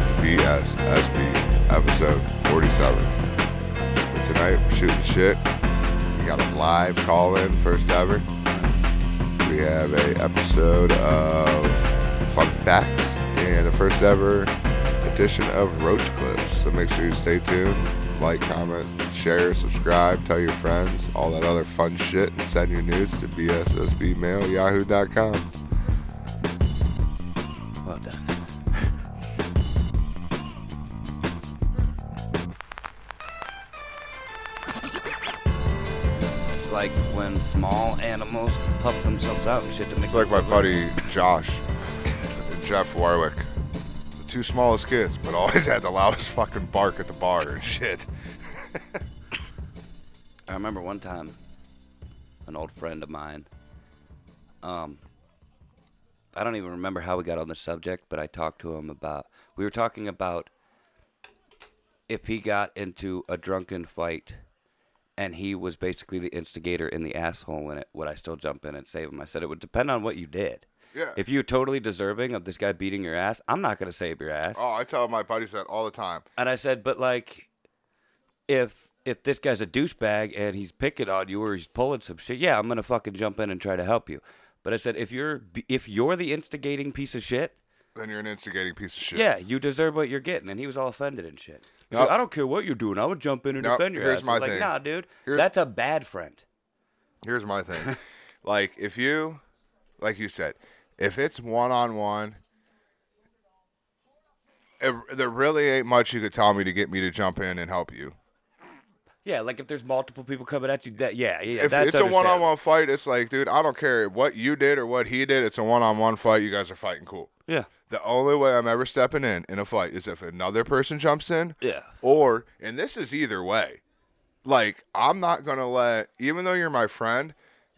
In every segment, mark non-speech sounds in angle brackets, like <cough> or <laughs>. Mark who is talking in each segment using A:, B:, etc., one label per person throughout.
A: Podcast, SB, episode 47. But tonight, we're shooting shit. We got a live call in, first ever. We have a episode of Fun Facts and a first ever edition of Roach Clips. So make sure you stay tuned, like, comment, share, subscribe, tell your friends, all that other fun shit, and send your nudes to bssbmailyahoo.com.
B: Well done. it's like when small animals puff themselves out and shit to make.
A: It's like my
B: themselves look-
A: buddy Josh and Jeff Warwick. The two smallest kids, but always <laughs> had the loudest fucking bark at the bar and shit.
B: I remember one time, an old friend of mine. Um, I don't even remember how we got on the subject, but I talked to him about. We were talking about if he got into a drunken fight, and he was basically the instigator and the asshole in it. Would I still jump in and save him? I said it would depend on what you did.
A: Yeah.
B: If you're totally deserving of this guy beating your ass, I'm not gonna save your ass.
A: Oh, I tell my buddies that all the time.
B: And I said, but like, if if this guy's a douchebag and he's picking on you or he's pulling some shit, yeah, I'm gonna fucking jump in and try to help you. But I said, if you're if you're the instigating piece of shit,
A: Then you're an instigating piece of shit.
B: yeah, you deserve what you're getting. And he was all offended and shit. He's
A: Nope.
B: like, I don't care what you're doing. I would jump in and
A: Nope,
B: defend your
A: here's
B: ass.
A: my
B: I was like,
A: thing.
B: nah, dude,
A: Here's-
B: that's a bad friend.
A: Here's my thing. <laughs> like if you like you said, if it's one on one there really ain't much you could tell me to get me to jump in and help you.
B: Yeah, like if there's multiple people coming at you, that yeah, yeah,
A: if
B: that's
A: it's a one on
B: understandable.
A: one fight, it's like, dude, I don't care what you did or what he did. It's a one on one fight. You guys are fighting cool.
B: Yeah,
A: The only way I'm ever stepping in in a fight is if another person jumps in,
B: yeah,
A: or, and this is either way. Like, I'm not going to let, even though you're my friend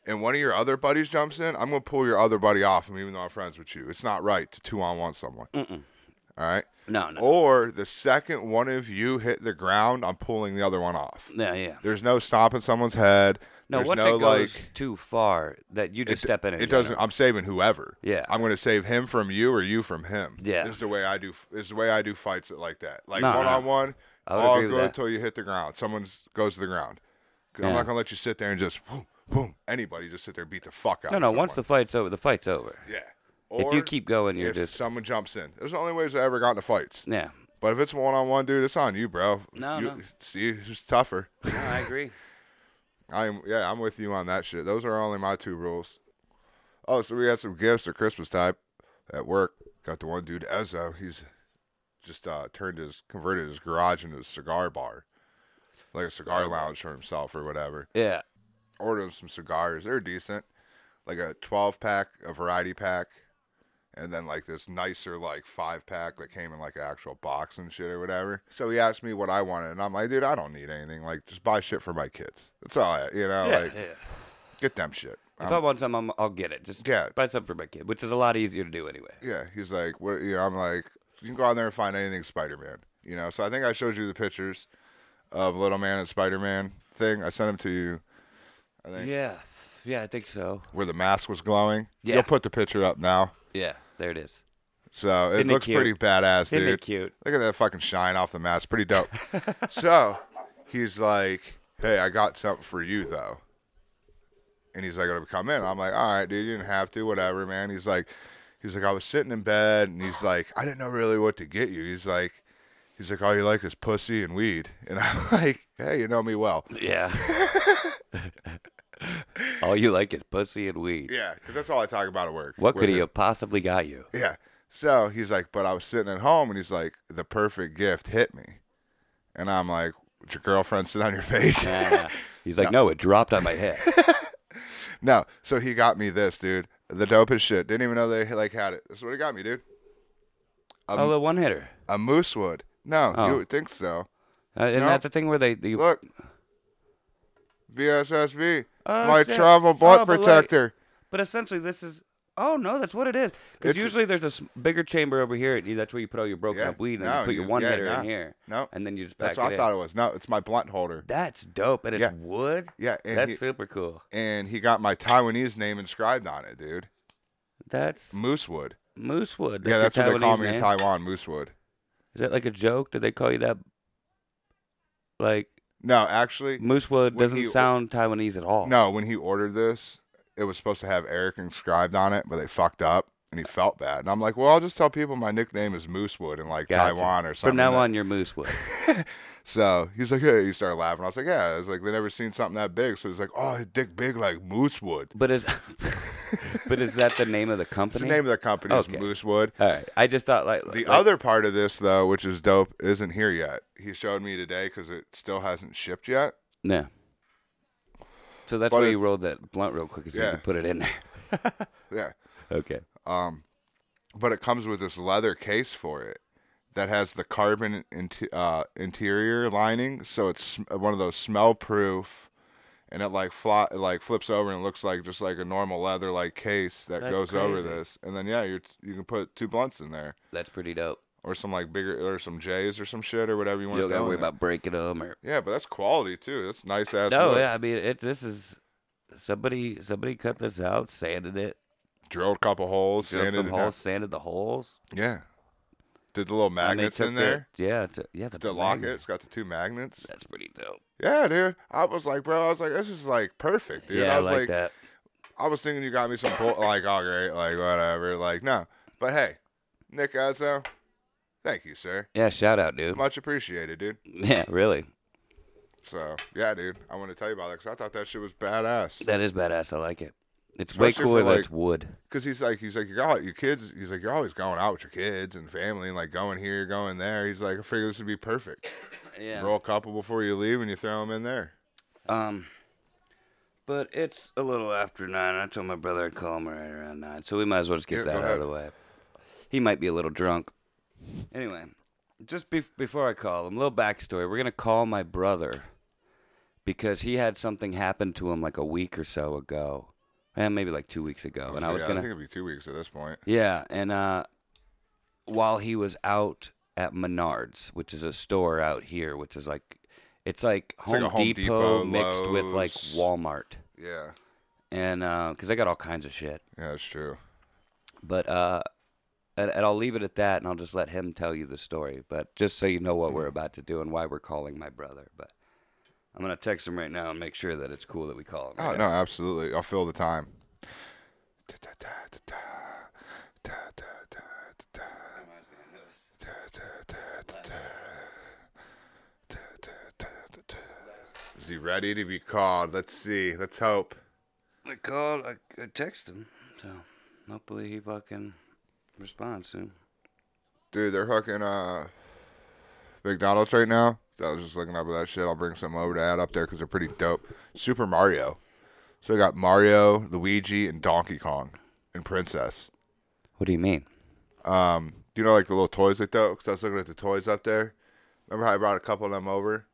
A: and one of your other buddies jumps in, I'm going to pull your other buddy off, even though I'm friends with you. It's not right to two on one someone. All right.
B: no, no,
A: Or the second one of you hit the ground, I'm pulling the other one off.
B: yeah, yeah.
A: There's no stomping someone's head.
B: No,
A: There's
B: once
A: no,
B: it goes
A: like,
B: too far, that you just
A: it-
B: step in. and
A: It
B: get
A: doesn't.
B: 'em.
A: I'm saving whoever.
B: Yeah.
A: I'm going to save him from you or you from him.
B: Yeah.
A: Is the way I do. Is the way I do fights like that. Like
B: No, no.
A: one on one.
B: I would
A: All
B: agree with
A: good
B: that.
A: until you hit the ground. Someone goes to the ground. 'Cause I'm
B: Yeah.
A: not going to let you sit there and just boom, boom. Anybody just sit there and beat the fuck out.
B: No,
A: of
B: no. Once the
A: someone.
B: fight's over, the fight's over.
A: yeah.
B: if you keep going, you're
A: if
B: just
A: someone jumps in, there's the only ways I ever got into fights.
B: yeah.
A: But if it's one on one, dude, it's on you, bro.
B: No,
A: you,
B: no.
A: See, it's tougher.
B: No, I agree.
A: I'm yeah, I'm with you on that shit. Those are only my two rules. Oh, so we had some gifts at Christmas time at work. Got the one dude Ezzo. He's just uh, turned his converted his garage into a cigar bar, like a cigar lounge for himself or whatever.
B: <laughs> Yeah,
A: Ordered him some cigars. They're decent, like a twelve pack, a variety pack, and then like this nicer like five pack that came in like an actual box and shit or whatever. So he asked me what I wanted, and I'm like, dude, I don't need anything. Like, just buy shit for my kids. That's all, I, you know.
B: yeah,
A: like,
B: yeah.
A: get them shit.
B: If
A: Um,
B: I want something, I'm, I'll get it. Just
A: Yeah.
B: buy something for my kid, which is a lot easier to do anyway.
A: yeah, he's like, what? You know, I'm like, you can go out there and find anything Spider Man. You know, so I think I showed you the pictures of Little Man and Spider Man thing. I sent them to you Thank-
B: Yeah, yeah, I think so.
A: where the mask was glowing.
B: Yeah.
A: You'll put the picture up now.
B: Yeah, there it is.
A: So it
B: Isn't it
A: looks
B: cute?
A: pretty badass,
B: Isn't
A: dude.
B: it cute?
A: Look at that fucking shine off the mask. Pretty
B: <laughs>
A: dope. so he's like, hey, I got something for you, though. And he's like, I'm gonna come in. I'm like, all right, dude, you didn't have to, whatever, man. He's like, he's like, I was sitting in bed, and he's like, I didn't know really what to get you. He's like, he's like, all you like is pussy and weed. And <laughs> I'm like, hey, you know me well. <laughs>
B: Yeah. all you like is pussy and weed.
A: Yeah, because that's all I talk about at work.
B: What could
A: With
B: he
A: it.
B: have possibly got
A: <laughs>
B: you?
A: Yeah. So he's like, but I was sitting at home, and he's like, the perfect gift hit me, and I'm like, "Did your girlfriend sit on your <laughs> face?
B: Nah. He's like, no, it dropped on
A: <laughs>
B: my head.
A: no. So he got me this, dude. The dopest shit. Didn't even know they like had it. That's what he got me, dude. Um,
B: oh, the one hitter.
A: A moose wood. No,
B: Oh.
A: you would think so.
B: Uh, isn't
A: No.
B: that the thing where they, they
A: Look, BSSB,
B: Oh,
A: my
B: shit.
A: travel butt
B: Oh, but like-
A: protector.
B: But essentially, this is. Oh no, that's what it is. Because
A: It's a-
B: usually there's a s- bigger chamber over here, and you- that's where you put all your broken
A: Yeah,
B: up weed, and
A: no,
B: then you put your
A: you-
B: one
A: yeah,
B: hitter
A: nah,
B: in here.
A: no.
B: and then you just pack
A: That's what
B: it
A: I
B: in.
A: thought it was. No, it's my blunt holder.
B: That's dope, and it's
A: Yeah.
B: wood.
A: Yeah, and
B: that's
A: he,
B: super cool.
A: and he got my Taiwanese name inscribed on it, dude.
B: That's
A: Moosewood.
B: moose wood.
A: yeah, that's
B: your
A: what they call
B: Taiwanese
A: me in
B: name.
A: Taiwan, Moosewood.
B: Is that like a joke? Did they call you that? Like
A: No, actually,
B: Moosewood
A: When
B: doesn't
A: he-
B: sound Taiwanese at all.
A: no. When he ordered this, it was supposed to have Eric inscribed on it, but they fucked up, and he felt bad. And I'm like, well, I'll just tell people my nickname is Moosewood in like
B: Gotcha.
A: Taiwan or something.
B: From now on, you're Moosewood.
A: So he's like, hey, you started laughing. I was like, yeah. It's like they never seen something that big. So he's like, oh, his dick big like Moosewood.
B: but is <laughs> but is that the name of the
A: It's
B: company?
A: the name of the company is
B: Okay.
A: Moosewood.
B: All right. I just thought like
A: The
B: like-
A: other part of this though, which is dope, isn't here yet. He showed me today because it still hasn't shipped yet.
B: Yeah. So that's
A: But
B: why
A: it-
B: you rolled that blunt real quick, so
A: Yeah.
B: you could put it in there. <laughs>
A: Yeah.
B: Okay.
A: Um, but it comes with this leather case for it that has the carbon inte- uh, interior lining, so it's sm- one of those smell-proof, and it like fly- it, like flips over and looks like just like a normal leather like case that
B: That's
A: goes over
B: crazy.
A: this, and then yeah, you you can put two blunts in there
B: That's pretty dope.
A: or some like bigger or some J's or some shit or whatever you
B: You
A: want
B: don't
A: to
B: gotta
A: do.
B: worry
A: in there.
B: about breaking them or
A: Yeah, but that's quality too. That's nice ass.
B: no.
A: wood.
B: Yeah, I mean, it. This is somebody. Somebody cut this out, sanded it,
A: Drilled a couple holes,
B: drilled
A: sanded
B: some
A: it down.
B: holes, sanded the holes.
A: Yeah. Did the little
B: and they
A: magnets
B: took
A: in
B: the-
A: there
B: yeah. To, yeah. The
A: to lock it.
B: magnets.
A: It's got the two magnets.
B: That's pretty dope.
A: Yeah, dude. I was like, bro, I was like, this is like perfect, dude.
B: yeah,
A: I was
B: like,
A: like,
B: that.
A: I was thinking you got me some bull- like, oh great, like whatever, like no. But hey, Nick Azzo, thank you, sir.
B: Yeah. Shout out, dude.
A: Much appreciated, dude.
B: <laughs> Yeah. Really.
A: So yeah, dude. I want to tell you about that because I thought that shit was badass.
B: That is badass. I like it. It's way
A: Especially for,
B: cooler that
A: like-
B: it's wood.
A: Because he's like, he's like, you got your kids. He's like, you're always going out with your kids and family and like going here, going there. He's like, I figure this would be perfect.
B: Yeah.
A: Roll a couple before you leave and you throw them in there.
B: Um, but it's a little after nine. I told my brother I'd call him right around nine, so we might as well just get
A: Yeah, go
B: that out
A: ahead.
B: of the way. He might be a little drunk. Anyway, just be- before I call him, little backstory. We're gonna call my brother because he had something happen to him like a week or so ago, and maybe like two weeks ago. And I was
A: Yeah,
B: gonna
A: I think it'd be two weeks at this point.
B: yeah, and uh, while he was out at Menards, which is a store out here, which is like, it's like
A: like
B: Home,
A: a Home Depot,
B: Depot, mixed with like
A: Lowe's.
B: Walmart,
A: Yeah,
B: and because I got all kinds of shit.
A: yeah, that's true.
B: But uh, and, and I'll leave it at that, and I'll just let him tell you the story. But just so you know what we're
A: Mm.
B: about to do and why we're calling my brother, but. I'm gonna text him right now and make sure that it's cool that we call him.
A: Oh
B: right
A: no,
B: now.
A: absolutely. I'll fill the time. Is he ready to be called? Let's see. Let's hope.
B: I called, I, I text him, so hopefully he fucking responds soon.
A: Dude, they're hooking uh McDonald's right now. So I was just looking up at that shit. I'll bring some over to add up there because they're pretty dope. Super Mario. So we got Mario, Luigi, and Donkey Kong, and Princess.
B: What do you mean?
A: Um, you know, like the little toys they throw. Because I was looking at the toys up there. Remember how I brought a couple of them over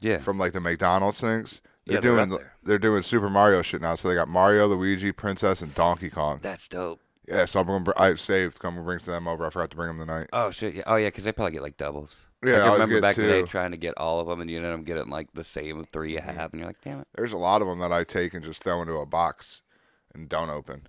B: Yeah.
A: from like the McDonald's things? They're
B: Yeah, they're
A: doing
B: up there.
A: they're doing Super Mario shit now. So they got Mario, Luigi, Princess, and Donkey Kong.
B: That's dope.
A: Yeah, so I'm gonna br- I saved. I'm gonna bring them over. I forgot to bring them tonight.
B: Oh shit! Yeah. Oh yeah, because they probably get like doubles.
A: Yeah, I
B: I can
A: always
B: remember
A: get
B: back in the day
A: two. Mm-hmm.
B: trying to get all of them, and you ended up getting like the same three you have, and you're like, damn it.
A: There's a lot of them that I take and just throw into a box and don't open,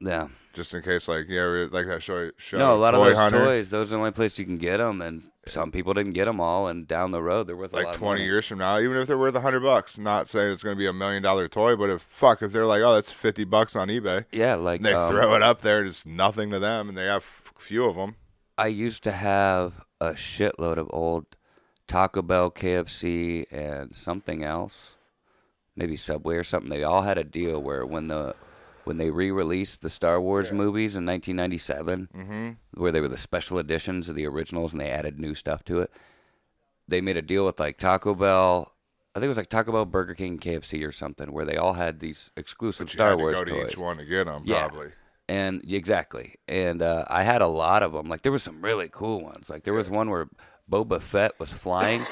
B: Yeah.
A: just in case. Like yeah, we- like that show. show
B: no, a lot
A: Toy
B: of those
A: Hunter,
B: toys. Those are the only place you can get them, and some people didn't get them all. And down the road, they're worth a
A: Like
B: lot of
A: twenty
B: money.
A: years from now, even if they're worth hundred bucks, not saying it's gonna be a million dollar toy, but if fuck, if they're like, oh, that's fifty bucks on eBay,
B: Yeah, like
A: and they
B: um,
A: throw it up there, and it's nothing to them, and they have f- few of them.
B: I used to have a shitload of old Taco Bell, KFC, and something else, maybe Subway or something. They all had a deal where when the when they re-released the Star Wars movies in 1997,
A: Mm-hmm.
B: where they were the special editions of the originals and they added new stuff to it, they made a deal with like Taco Bell. I think it was like Taco Bell, Burger King, KFC, or something, where they all had these exclusive
A: You
B: Star
A: had to
B: Wars
A: go to
B: toys.
A: each one to get them,
B: Yeah.
A: probably.
B: And exactly, and uh, I had a lot of them. Like there was some really cool ones. Like there was one where Boba Fett was flying,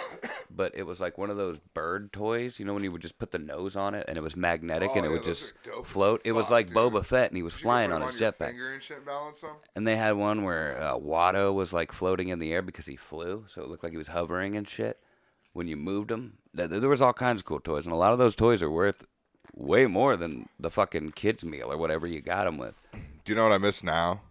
B: but it was like one of those bird toys. You know, when you would just put the nose on it and it was magnetic
A: Oh,
B: and it
A: yeah,
B: would
A: those
B: just
A: are dope as
B: float. It was
A: fuck,
B: like
A: dude.
B: Boba Fett, and he was flying on his jetpack.
A: Finger and shit and balance them.
B: And they had one where uh, Watto was like floating in the air because he flew, so it looked like he was hovering and shit. When you moved him, Th- there was all kinds of cool toys, and a lot of those toys are worth way more than the fucking kids meal or whatever you got them with.
A: Do you know what I miss now?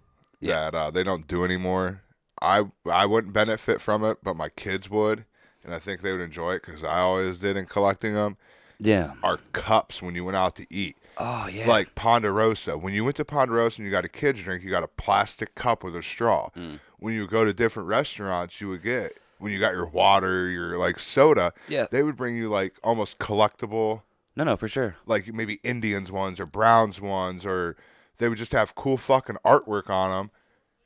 B: Yeah.
A: That uh, they don't do anymore. I I wouldn't benefit from it, but my kids would, and I think they would enjoy it because I always did in collecting them.
B: Yeah.
A: Are cups when you went out to eat,
B: Oh yeah.
A: like Ponderosa. When you went to Ponderosa and you got a kids drink, you got a plastic cup with a straw.
B: Mm.
A: When you go to different restaurants, you would get when you got your water, your like soda.
B: Yeah.
A: they would bring you like almost collectible
B: no, no, for sure.
A: like maybe Indians ones or Browns ones, or they would just have cool fucking artwork on them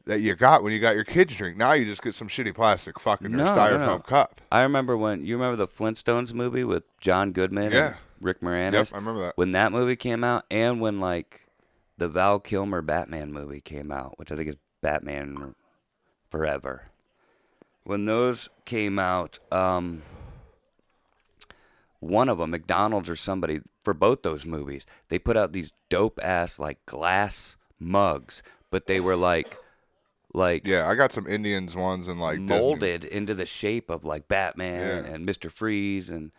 A: that you got when you got your kids drink. Now you just get some shitty plastic fucking
B: No,
A: or
B: no,
A: styrofoam
B: no.
A: cup.
B: I remember when you remember the Flintstones movie with John Goodman and
A: Yeah.
B: Rick Moranis.
A: Yep, I remember that.
B: When that movie came out, and when like the Val Kilmer Batman movie came out, which I think is Batman Forever. When those came out, um, one of them, McDonald's or somebody, for both those movies, they put out these dope ass like glass mugs, but they were like, like
A: Yeah, I got some Indians ones and like Disney.
B: molded into the shape of like Batman
A: Yeah.
B: and Mr. Freeze and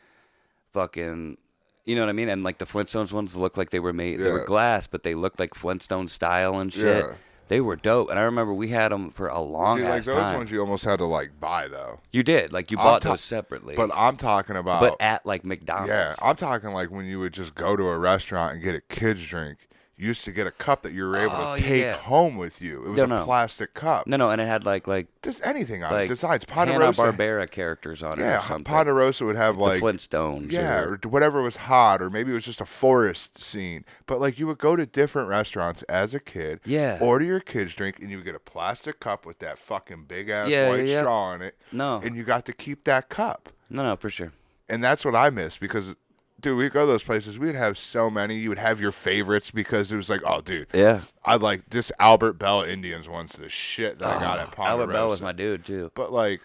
B: fucking you know what I mean? And like the Flintstones ones look like they were made they were
A: Yeah.
B: glass, but they looked like Flintstone style and shit.
A: Yeah.
B: They were dope, and I remember we had them for a long
A: See, like
B: ass
A: those
B: time.
A: ones you almost had to like buy though.
B: you did, like you
A: I'm
B: bought
A: ta-
B: those separately,
A: But I'm talking about
B: but at like McDonald's.
A: yeah, I'm talking like when you would just go to a restaurant and get a kids drink. You used to get a cup that you were able
B: Oh,
A: to take
B: yeah.
A: home with you. It was
B: No,
A: a
B: no.
A: plastic cup.
B: no, no, and it had like like
A: Just anything on
B: like
A: it. uh, Besides
B: Hanna
A: Ponderosa.
B: Barbera characters on it
A: Yeah,
B: or something.
A: Ponderosa would have
B: the
A: like
B: Flintstones.
A: Yeah,
B: or-
A: or d- whatever was hot, or maybe it was just a forest scene. But like you would go to different restaurants as a kid,
B: Yeah.
A: order your kids drink, and you would get a plastic cup with that fucking big ass
B: Yeah,
A: white
B: yeah, yeah.
A: straw in it,
B: no,
A: and you got to keep that cup.
B: no, no, for sure.
A: And that's what I miss because, dude, we go to those places, we'd have so many. You would have your favorites because it was like, oh, dude,
B: Yeah,
A: I like this Albert Bell Indians one's the shit that I got at Ponderosa.
B: Oh, Albert Bell was my dude too.
A: but like,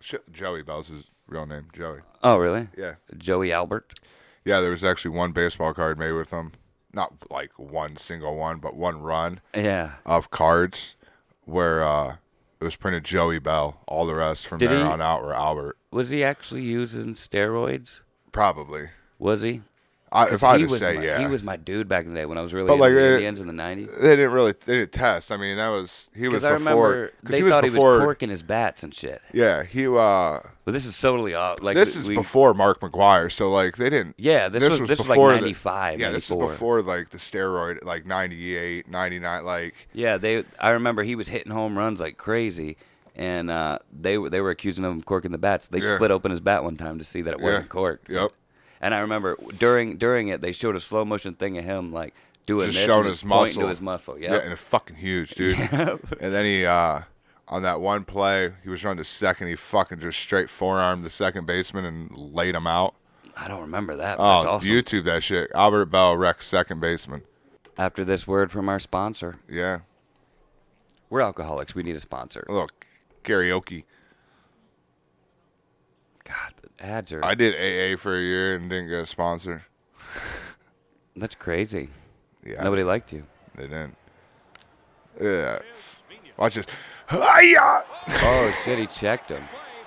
A: shit, Joey Bell's his real name, Joey.
B: Oh, really?
A: Yeah.
B: Joey Albert.
A: Yeah, there was actually one baseball card made with them. Not like one single one, but one run
B: Yeah.
A: of cards where uh, it was printed Joey Bell. All the rest from
B: Did
A: there
B: he-
A: on out were Albert.
B: Was he actually using steroids?
A: Probably.
B: Was he?
A: I,
B: 'Cause
A: if I
B: he
A: had to
B: was
A: say,
B: my,
A: yeah.
B: He was my dude back in the day when I was really
A: But,
B: into
A: like,
B: the
A: it-
B: Indians in the '90s.
A: they didn't really they didn't test. I mean, that was he was
B: Because I
A: before.
B: remember they thought he was corking his bats and shit.
A: Yeah, he. Uh,
B: But this is totally off. Like
A: this
B: we-
A: is
B: we-
A: before Mark McGuire, so like they didn't.
B: Yeah, this, was, this was like
A: before the-
B: '95.
A: Yeah, this is before like the steroid, like 98, 99, like
B: Yeah, they. I remember he was hitting home runs like crazy, and uh, they were they were accusing him of corking the bats. They
A: Yeah.
B: split open his bat one time to see that it wasn't corked.
A: Yep.
B: And I remember during during it, they showed a slow motion thing of him like doing
A: just
B: this,
A: showing
B: and
A: his
B: just pointing
A: muscle.
B: to his muscle.
A: Yeah,
B: Yep.
A: and it's fucking huge,
B: <laughs>
A: dude. And then he uh on that one play, he was running to second, he fucking just straight forearmed the second baseman and laid him out.
B: I don't remember that. But
A: Oh,
B: that's awesome.
A: YouTube that shit. Albert Bell wrecked second baseman.
B: After this word from our sponsor,
A: Yeah.
B: we're alcoholics. We need a sponsor.
A: A little karaoke.
B: God, the ads are.
A: I did AA for a year and didn't get a sponsor.
B: that's crazy.
A: Yeah.
B: Nobody liked you.
A: They didn't. Yeah. Watch this. Hi-ya!
B: Oh <laughs> shit! He checked him,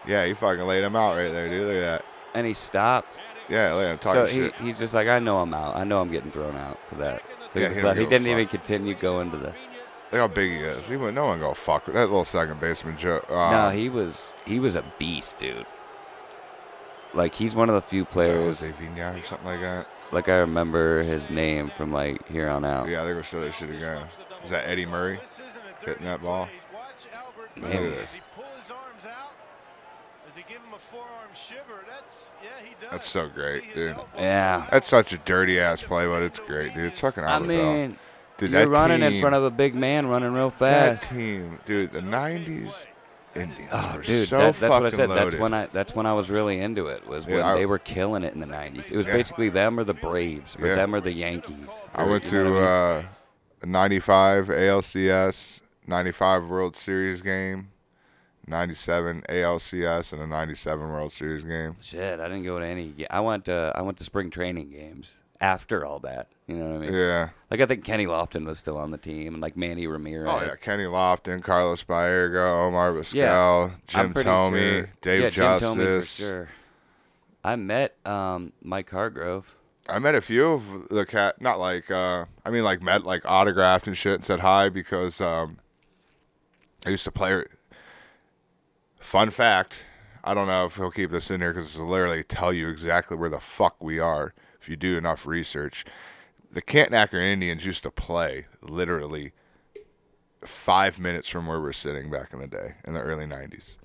A: Yeah, he fucking laid him out right there, dude. Look at that.
B: and he stopped.
A: Yeah, look at him
B: So
A: talking
B: he,
A: shit.
B: he's just like, I know I'm out. I know I'm getting thrown out for that. So
A: Yeah, he
B: he, just
A: don't
B: left. he
A: give a
B: didn't even
A: fuck. Uh-huh.
B: continue going to the.
A: Look how big he is. He went, no one go fuck with that little second baseman joke. Uh,
B: no, he was he was a beast, dude. Like he's one of the few players.
A: Jose Vigna uh, or something like that.
B: Like I remember his name from like here on out.
A: Yeah, they're gonna show that shit again. Is that Eddie Murray?
C: hitting that ball?
A: Look
B: Yeah.
A: at
C: Does
A: this.
C: he pull his arms out? Does he give him a forearm shiver? That's yeah, he does.
A: That's so
C: You
A: great,
C: see his
A: dude.
C: elbow.
B: Yeah.
A: That's such a dirty ass play, but it's great, dude. It's fucking
B: I
A: Albert Bell.
B: mean,
A: Dude,
B: you're
A: that
B: running in
A: team-
B: front of a big man running real
A: that
B: fast.
A: team, dude. The '90s Indians
B: Oh,
A: were
B: dude,
A: so
B: that, that's
A: fucking
B: what I said.
A: loaded.
B: That's when I that's when I was really into it. Was when
A: Yeah, I-
B: they were killing it in the '90s. It was
A: Yeah.
B: basically them or the Braves, or
A: Yeah.
B: them or the Yankees.
A: I
B: or,
A: went
B: you know
A: to
B: what I mean?
A: uh, '95 ALCS, '95 World Series game, '97 ALCS, and a '97 World Series game.
B: shit. I didn't go to any. ga- I went to I went to spring training games after all that. You know what I mean?
A: Yeah.
B: Like I think Kenny Lofton was still on the team, and like Manny Ramirez.
A: Oh yeah, Kenny Lofton, Carlos Baerga, Omar Vizquel,
B: I'm
A: Jim
B: pretty
A: Tomey,
B: sure-
A: Dave
B: yeah,
A: Justice.
B: Jim Tomey for sure. I met um, Mike Hargrove.
A: I met a few of the cat, not like uh, I mean like met like autographed and shit and said hi because um, I used to play Fun fact I don't know if he'll keep this in here because it'll literally tell you exactly where the fuck we are if you do enough research. The Kantnacker Indians used to play literally five minutes from where we're sitting back in the day in the early 90s.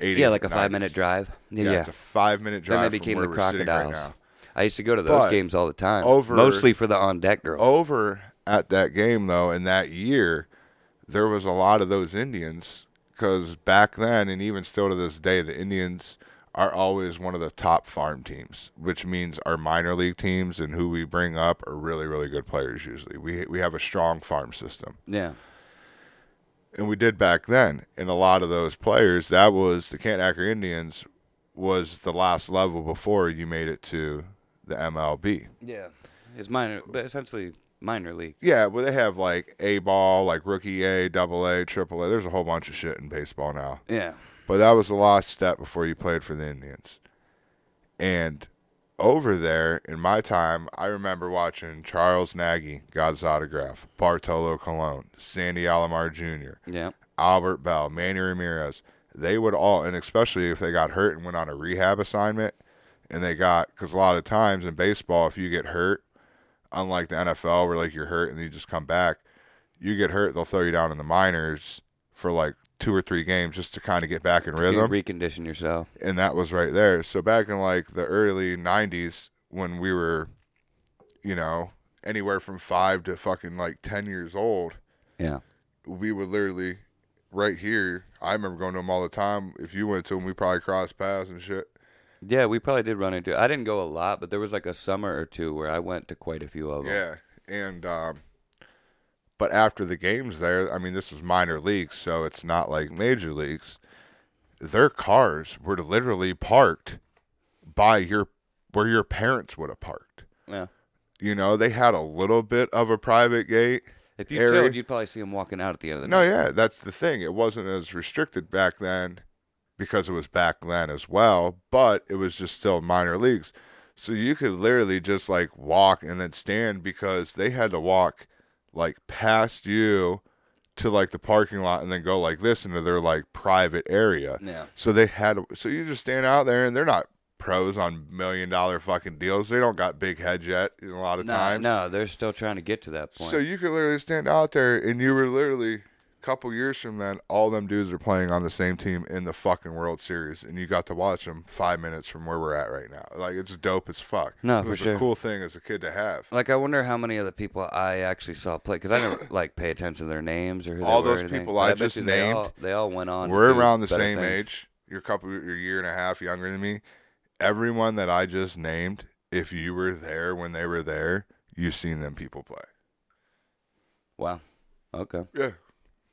A: 80s,
B: Yeah, like a five minute
A: 90s.
B: drive. Yeah,
A: Yeah,
B: yeah.
A: it's a five minute drive.
B: then they
A: from
B: became
A: where
B: the
A: we're sitting right
B: crocodiles.
A: now.
B: I used to go to those
A: But
B: games all the time,
A: over- Oh.
B: mostly for the on deck girls.
A: over at that game though in that year there was a lot of those indians because back then and even still to this day the indians are always one of the top farm teams which means our minor league teams and who we bring up are really really good players usually we, we have a strong farm system
B: Yeah,
A: and we did back then. And a lot of those players, that was the Kantnacker Indians, was the last level before you made it to the MLB.
B: yeah. It's minor, but essentially minor league.
A: Yeah, well, they have like A ball, like rookie A, double A, triple A. There's a whole bunch of shit in baseball now.
B: Yeah,
A: But that was the last step before you played for the Indians. And over there in my time, I remember watching Charles Nagy got his autograph, Bartolo Colon, Sandy Alomar Jr.,
B: yeah.
A: Albert Bell, Manny Ramirez, they would all, and especially if they got hurt and went on a rehab assignment, and they got, because a lot of times in baseball, if you get hurt, unlike the NFL where like you're hurt and you just come back, you get hurt, they'll throw you down in the minors for like two or three games just to kind of get back in
B: You
A: rhythm
B: recondition yourself.
A: and that was right there. So back in like the early '90s, when we were, you know, anywhere from five to fucking like ten years old,
B: Yeah.
A: we would literally right here. I remember going to them all the time. If you went to them, we probably crossed paths and shit.
B: Yeah, we probably did run into. I didn't go a lot, but there was like a summer or two where I went to quite a few of them.
A: Yeah, and um, but after the games there, I mean, this was minor leagues, so it's not like major leagues. Their cars were literally parked by your where your parents would have parked.
B: yeah.
A: You know, they had a little bit of a private gate.
B: If you
A: Area-
B: chilled, you'd probably see them walking out at the end of the
A: No,
B: night.
A: yeah, that's the thing. It wasn't as restricted back then because it was back then as well, but it was just still minor leagues. So you could literally just like walk and then stand because they had to walk like past you to like the parking lot and then go like this into their like private area.
B: Yeah.
A: So they had so you just stand out there and they're not pros on million dollar fucking deals. They don't got big heads yet a lot of
B: No,
A: times.
B: no, they're still trying to get to that point.
A: So you could literally stand out there, and you were literally a couple years from then, all them dudes are playing on the same team in the fucking World Series, and you got to watch them five minutes from where we're at right now. Like it's dope as fuck.
B: No,
A: it
B: for
A: was
B: sure.
A: a cool thing as a kid to have.
B: like, I wonder how many of the people I actually saw play because I never like pay attention to their names or who
A: All
B: they were or
A: those
B: anything,
A: people
B: but
A: I
B: bet
A: just
B: you they
A: named,
B: all- They all went on. to
A: We're
B: do
A: around the
B: better
A: same
B: things.
A: age. You're a couple, you're a year and a half younger than me. Everyone that I just named, if you were there when they were there, you've seen them people play.
B: Wow. Okay.
A: Yeah,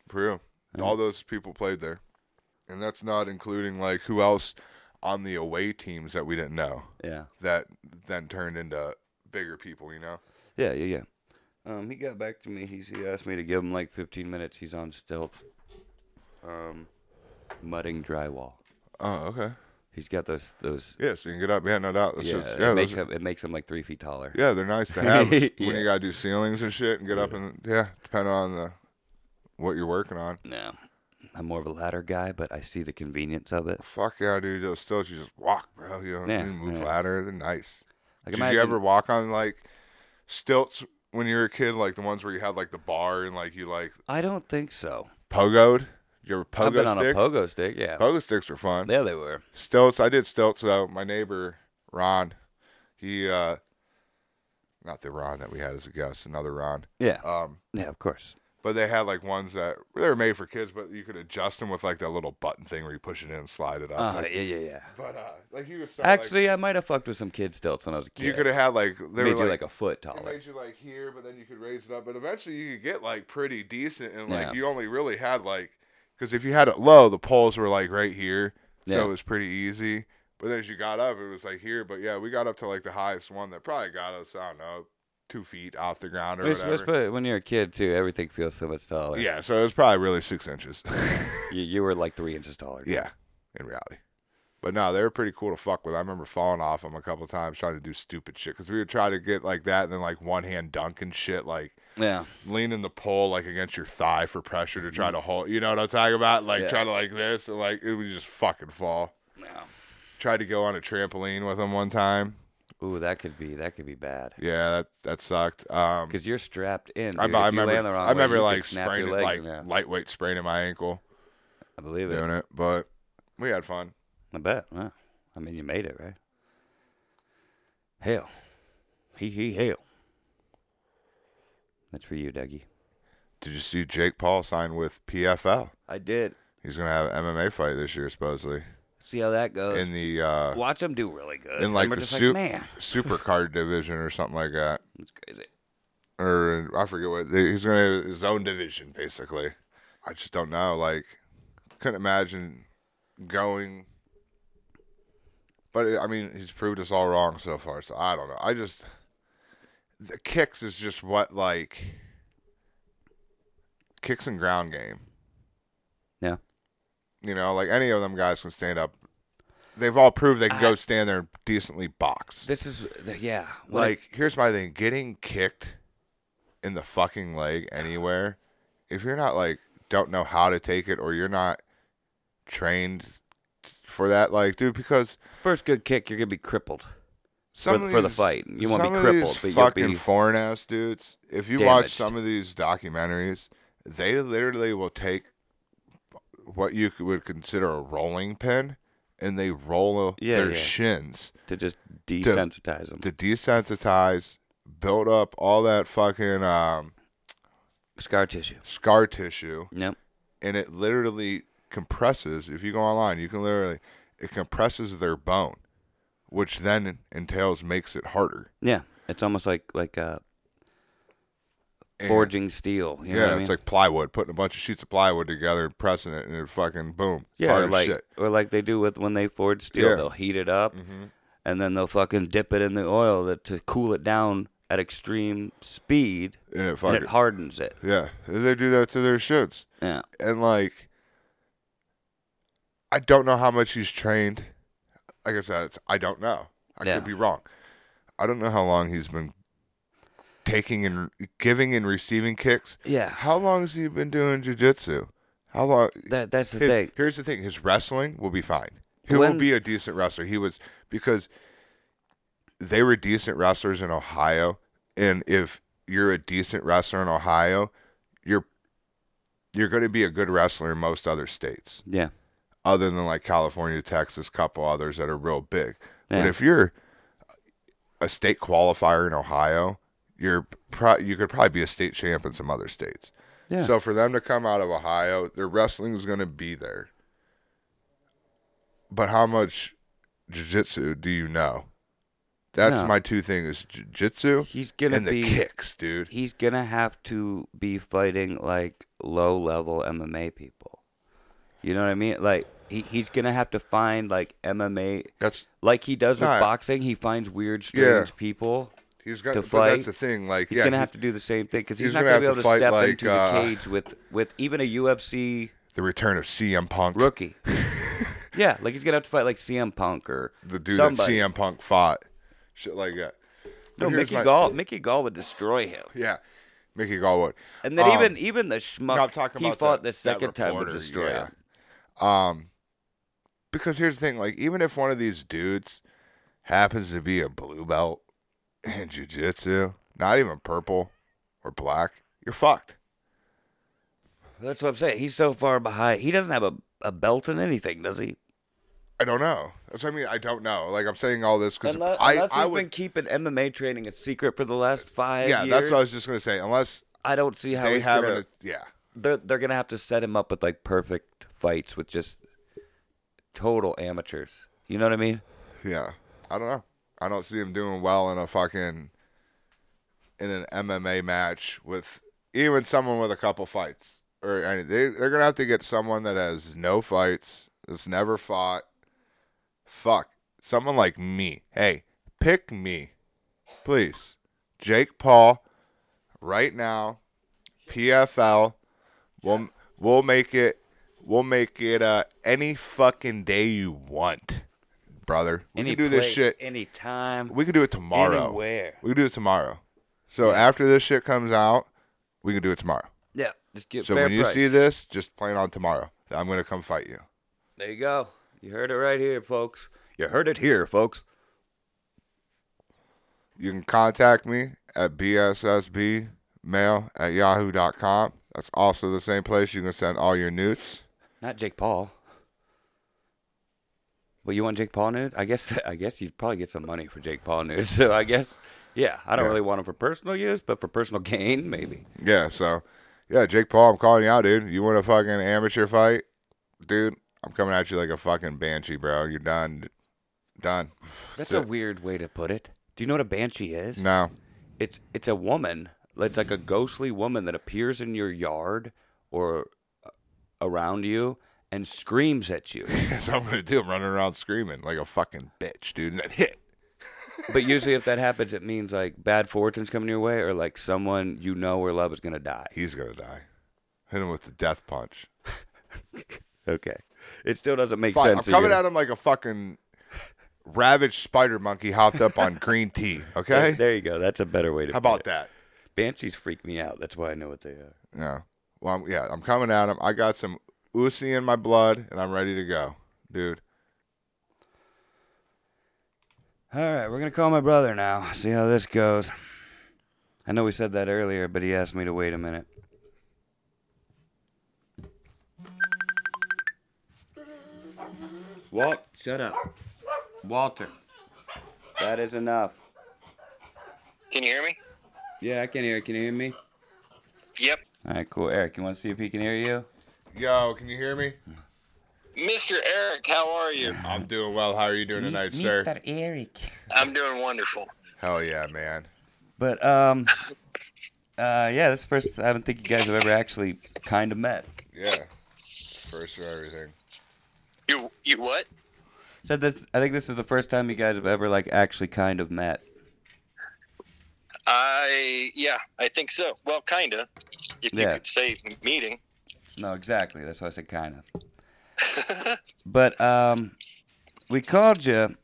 A: for real. All those people played there, and that's not including like who else on the away teams that we didn't know
B: Yeah.
A: that then turned into bigger people. You know,
B: Yeah, yeah, yeah. Um, he got back to me. He he asked me to give him like 15 minutes. He's on stilts, um, mudding drywall.
A: Oh, okay.
B: He's got those those.
A: Yeah, so you can get up. Yeah, no doubt. That's
B: Yeah,
A: just- yeah,
B: it makes
A: those-
B: him it makes him like three feet taller.
A: yeah, they're nice to have when
B: <laughs> Yeah.
A: you gotta do ceilings and shit and get up and yeah, depending on the what you're working on.
B: No, I'm more of a ladder guy, but I see the convenience of it.
A: Fuck yeah, dude. Those stilts, you just walk, bro. You don't
B: Yeah,
A: you move
B: yeah.
A: ladder. They're nice.
B: Like,
A: Did
B: imagine-
A: you ever walk on like stilts when you were a kid, like the ones where you had like the bar and like you like
B: I don't think so.
A: pogoed? You ever
B: I've been
A: pogo
B: on a
A: stick?
B: pogo stick. Yeah.
A: pogo sticks are fun.
B: yeah, they were.
A: Stilts. I did stilts though. My neighbor Ron, he uh, not the Ron that we had as a guest, another Ron.
B: Yeah.
A: Um,
B: yeah, of course.
A: but they had like ones that they were made for kids, but you could adjust them with like that little button thing where you push it in and slide it up.
B: Uh,
A: Like-
B: yeah, yeah, yeah.
A: but uh, like you could start, like-
B: Actually, I might have fucked with some kid stilts when I was a kid.
A: you could have had like they were
B: made you
A: like
B: like a foot
A: it
B: taller.
A: made you like here, but then you could raise it up. But eventually, you could get like pretty decent, and like
B: Yeah.
A: you only really had like because if you had it low, the poles were like right here,
B: Yeah.
A: so it was pretty easy. But then as you got up, it was like here. But yeah, we got up to like the highest one that probably got us I don't know two feet off the ground or
B: Let's-
A: whatever.
B: let's put it- when you're a kid too, everything feels so much taller.
A: yeah, so it was probably really six inches. <laughs>
B: You, you were like three inches taller.
A: yeah, in reality, But no, they were pretty cool to fuck with. I remember falling off them a couple times trying to do stupid shit because we were trying to get like that and then like one hand dunk and shit, like
B: Yeah.
A: leaning the pole like against your thigh for pressure to try to hold. You know what I'm talking about? Like
B: Mm-hmm. Yeah.
A: trying to like this and like it would just fucking fall.
B: Yeah.
A: Tried to go on a trampoline with them one time.
B: Ooh, that could be that could be bad.
A: Yeah, that that sucked. Um,
B: Because you're strapped in.
A: I,
B: dude.
A: I
B: If you
A: remember,
B: land the wrong
A: I
B: way,
A: remember
B: you could
A: like
B: snap your
A: spraining,
B: legs
A: like
B: in half.
A: lightweight spraining my ankle
B: I believe it.
A: doing it, but we had fun.
B: I bet. Huh? I mean, you made it, right? Hell. He, he, hell. That's for you, Dougie.
A: Did you see Jake Paul sign with PFL?
B: I did.
A: He's gonna have an MMA fight this year supposedly
B: See how that goes.
A: in the uh,
B: Watch him do really good.
A: in like
B: and we're
A: the
B: just
A: su-
B: like, man,
A: super card division or something like that,
B: it's crazy.
A: or I forget what they- he's gonna have his own division basically. I just don't know. Like, couldn't imagine going. But I mean, he's proved us all wrong so far. So I don't know. I just the kicks is just what like kicks and ground game.
B: Yeah.
A: You know, like any of them guys can stand up. They've all proved they can go
B: I-
A: stand there and decently box.
B: This is, the, yeah. When it-
A: like, here's my thing: getting kicked in the fucking leg anywhere, if you're not like don't know how to take it or you're not trained for that, like, dude, because
B: first good kick, you're going to be crippled.
A: some
B: For-
A: of
B: for the
A: these-
B: fight. You won't be
A: some of
B: crippled,
A: these
B: but you'll
A: fucking
B: be
A: foreign ass dudes. If you watch
B: damaged.
A: some of these documentaries, they literally will take what you c- would consider a rolling pin, and they roll
B: Yeah,
A: their
B: yeah.
A: shins
B: To just desensitize him.
A: to desensitize, build up all that fucking um,
B: Scar tissue.
A: scar tissue,
B: Yep.
A: and it literally compresses. If you go online, you can literally it compresses their bone, which then entails makes it harder.
B: Yeah. It's almost like, like, uh,
A: And-
B: forging steel. You know
A: yeah,
B: what I mean?
A: it's like plywood, putting a bunch of sheets of plywood together and pressing it, and it fucking boom.
B: Yeah,
A: hard
B: or
A: as
B: like
A: shit. Mm-hmm.
B: or like they do with when they forge steel,
A: Yeah.
B: they'll heat it up, and then they'll fucking dip it in the oil that, to cool it down at extreme speed,
A: And it
B: and it
A: fucking
B: hardens it.
A: yeah, they do that to their shits,
B: Yeah,
A: and like, I don't know how much he's trained. Like I said, it's, I don't know. I
B: Yeah.
A: could be wrong. I don't know how long he's been taking and giving and receiving kicks.
B: yeah.
A: How long has he been doing jujitsu? How long?
B: That that's the
A: his-
B: thing.
A: Here's the thing: his wrestling will be fine. He
B: When-
A: will be a decent wrestler. He was because they were decent wrestlers in Ohio, and if you're a decent wrestler in Ohio, you're you're going to be a good wrestler in most other states,
B: Yeah,
A: other than like California, Texas, couple others that are real big.
B: Yeah.
A: But if you're a state qualifier in Ohio, you're pro- you could probably be a state champ in some other states.
B: yeah.
A: So for them to come out of Ohio, their wrestling is going to be there. But how much jiu-jitsu do you know? That's
B: No.
A: my two things: jiu-jitsu
B: he's gonna
A: and the
B: be
A: kicks, dude.
B: he's gonna have to be fighting like low level MMA people. You know what I mean? Like he, he's gonna have to find like MMA,
A: That's
B: like he does with
A: Nah.
B: boxing. He finds weird, strange
A: Yeah.
B: people.
A: he's got. But
B: To
A: that's
B: fight,
A: the thing. Like,
B: He's
A: yeah,
B: gonna have to do the same thing because he's,
A: he's
B: not
A: gonna
B: gonna,
A: have
B: be
A: to
B: able
A: fight
B: to, step
A: like,
B: into
A: uh,
B: the cage with with even a UFC
A: the return of CM Punk, <laughs>
B: rookie. yeah, like he's gonna have to fight like CM Punk or
A: the dude
B: somebody.
A: that CM Punk fought, shit like that. But
B: No,
A: here's
B: Mickey
A: my-
B: Gall. Mickey Gall would destroy him.
A: Yeah, Mickey Gallwood.
B: And then
A: Um,
B: even even the schmuck
A: I'm talking
B: he
A: about
B: fought
A: that-
B: the second
A: that
B: time would
A: reporter,
B: destroy
A: yeah.
B: him.
A: Um, because here's the thing: like, even if one of these dudes happens to be a blue belt in jujitsu, not even purple or black, you're fucked.
B: That's what I'm saying. He's so far behind. He doesn't have a, a belt in anything, does he?
A: I don't know. That's what I mean. I don't know. Like, I'm saying all this because
B: Unless,
A: I,
B: unless
A: I
B: he's
A: would.
B: been keeping MMA training a secret for the last five
A: yeah,
B: years.
A: that's what I was just gonna say. Unless
B: I don't see how
A: they
B: he's
A: have
B: gonna-
A: a yeah,
B: they're they're gonna have to set him up with like perfect fights with just total amateurs. You know what I mean?
A: yeah. I don't know. I don't see him doing well in a fucking in an MMA match with even someone with a couple fights or any. They they're gonna have to get someone that has no fights, that's never fought. Fuck, someone like me. Hey, pick me, please. Jake Paul, right now, PFL. We'll we'll make it. We'll make it uh, any fucking day you want. brother. We
B: Any
A: can do this
B: place,
A: shit.
B: any time,
A: We could do it tomorrow.
B: anywhere.
A: We could do it tomorrow. So after this shit comes out, we could do it tomorrow.
B: Yeah, just get
A: So
B: fair
A: when you
B: price.
A: see this, just plan on tomorrow. I'm gonna come fight you.
B: There you go. You heard it right here, folks. You heard it here, folks.
A: You can contact me at bssbmail at yahoo.com. That's also the same place you can send all your newts.
B: Not Jake Paul. Well, you want Jake Paul nude? I guess <laughs> I guess you'd probably get some money for Jake Paul nude. <laughs> So I guess, yeah, I don't
A: Yeah.
B: really want him for personal use, but for personal <laughs> gain, maybe.
A: Yeah, so yeah, Jake Paul, I'm calling you out, dude. You want a fucking amateur fight? Dude, I'm coming at you like a fucking banshee, bro. You're done. Done.
B: That's
A: So-
B: a weird way to put it. Do you know what a banshee is?
A: No.
B: It's it's a woman. It's like a ghostly woman that appears in your yard or uh, around you and screams
A: <laughs>
B: at you.
A: <laughs> That's what I'm gonna do. I'm running around screaming like a fucking bitch, dude. <laughs> And that hit.
B: but usually, if that happens, it means like bad fortune's coming your way, or like someone you know or love is gonna die.
A: He's gonna die. Hit him with the death punch.
B: Okay, it still doesn't make
A: Fine, I'm
B: sense. to
A: coming
B: you.
A: at him like a fucking ravaged spider monkey hopped up on green
B: <laughs>
A: tea. Okay,
B: There you go. That's a better way to.
A: how about that?
B: Banshees freak me out. That's why I know what they are.
A: Yeah. Well, I'm, yeah, I'm coming at him. I got some Uzi in my blood, and I'm ready to go, dude.
B: All right, we're gonna call my brother now. See how this goes. I know we said that earlier, but he asked me to wait a minute. Walt, shut up. Walter, that is enough.
D: Can you hear me?
B: Yeah, I can hear. Can you hear me?
D: Yep.
B: All right, cool. Eric, you want to see if he can hear you?
A: Yo, can you hear me?
B: Mm-hmm.
D: Mr. Eric, how are you?
A: I'm doing well. How are you doing tonight, sir?
B: Eric.
D: I'm doing wonderful.
A: Hell yeah, man.
B: But um, uh, yeah, this is the first I don't think you guys have ever actually kind of met.
A: Yeah. First for everything.
D: You you what?
B: Said this. I think this is the first time you guys have ever like actually kind of met.
D: I yeah, I think so. Well, kinda. If you
B: Yeah.
D: could say meeting.
B: No, exactly. That's why I said kind of. but um, we called you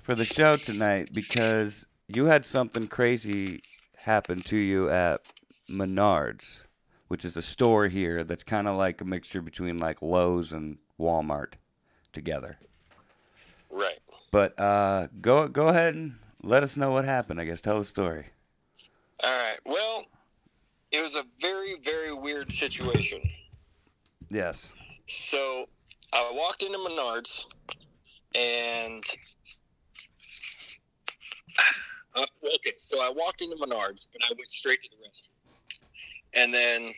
B: for the show tonight because you had something crazy happen to you at Menards, which is a store here that's kind of like a mixture between like Lowe's and Walmart together.
D: Right.
B: But uh, go go ahead and let us know what happened. I guess tell the story.
D: All right. Well, it was a very very weird situation.
B: Yes.
D: So I walked into Menards, and <sighs> uh, okay, so I walked into Menards and I went straight to the restroom, and then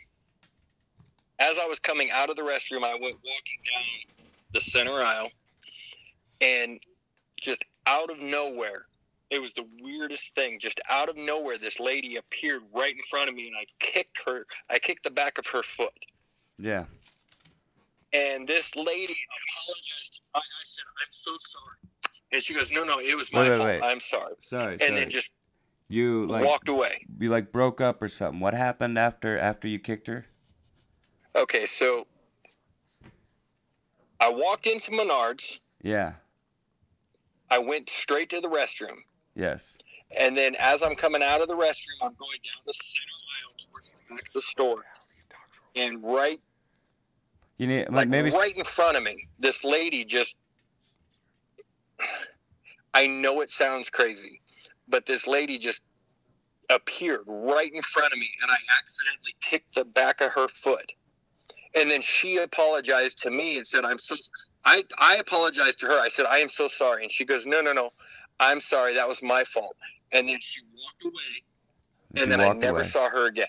D: as I was coming out of the restroom, I went walking down the center aisle, and just out of nowhere. It was the weirdest thing. Just out of nowhere, this lady appeared right in front of me, and I kicked her. I kicked the back of her foot
B: Yeah.
D: and this lady apologized. I, I said, "I'm so sorry," and she goes, "No, no, it was
B: Wait,
D: my
B: wait,
D: fault.
B: wait.
D: I'm sorry,"
B: Sorry.
D: and then just
B: you like
D: walked away.
B: you like broke up or something. What happened after after you kicked her?
D: Okay, so I walked into Menards.
B: Yeah.
D: I went straight to the restroom,
B: Yes.
D: and then as I'm coming out of the restroom, I'm going down the center aisle towards the back of the store, and right,
B: You need like,
D: like
B: maybe s-
D: right in front of me, this lady just. <sighs> I know it sounds crazy, but this lady just appeared right in front of me and I accidentally kicked the back of her foot. And then she apologized to me and said, I'm so I, I apologized to her. I said, I am so sorry. And she goes, No, no, no. I'm sorry. That was my fault. And then she walked away
B: she
D: and then I
B: walked
D: never
B: away,
D: saw her again.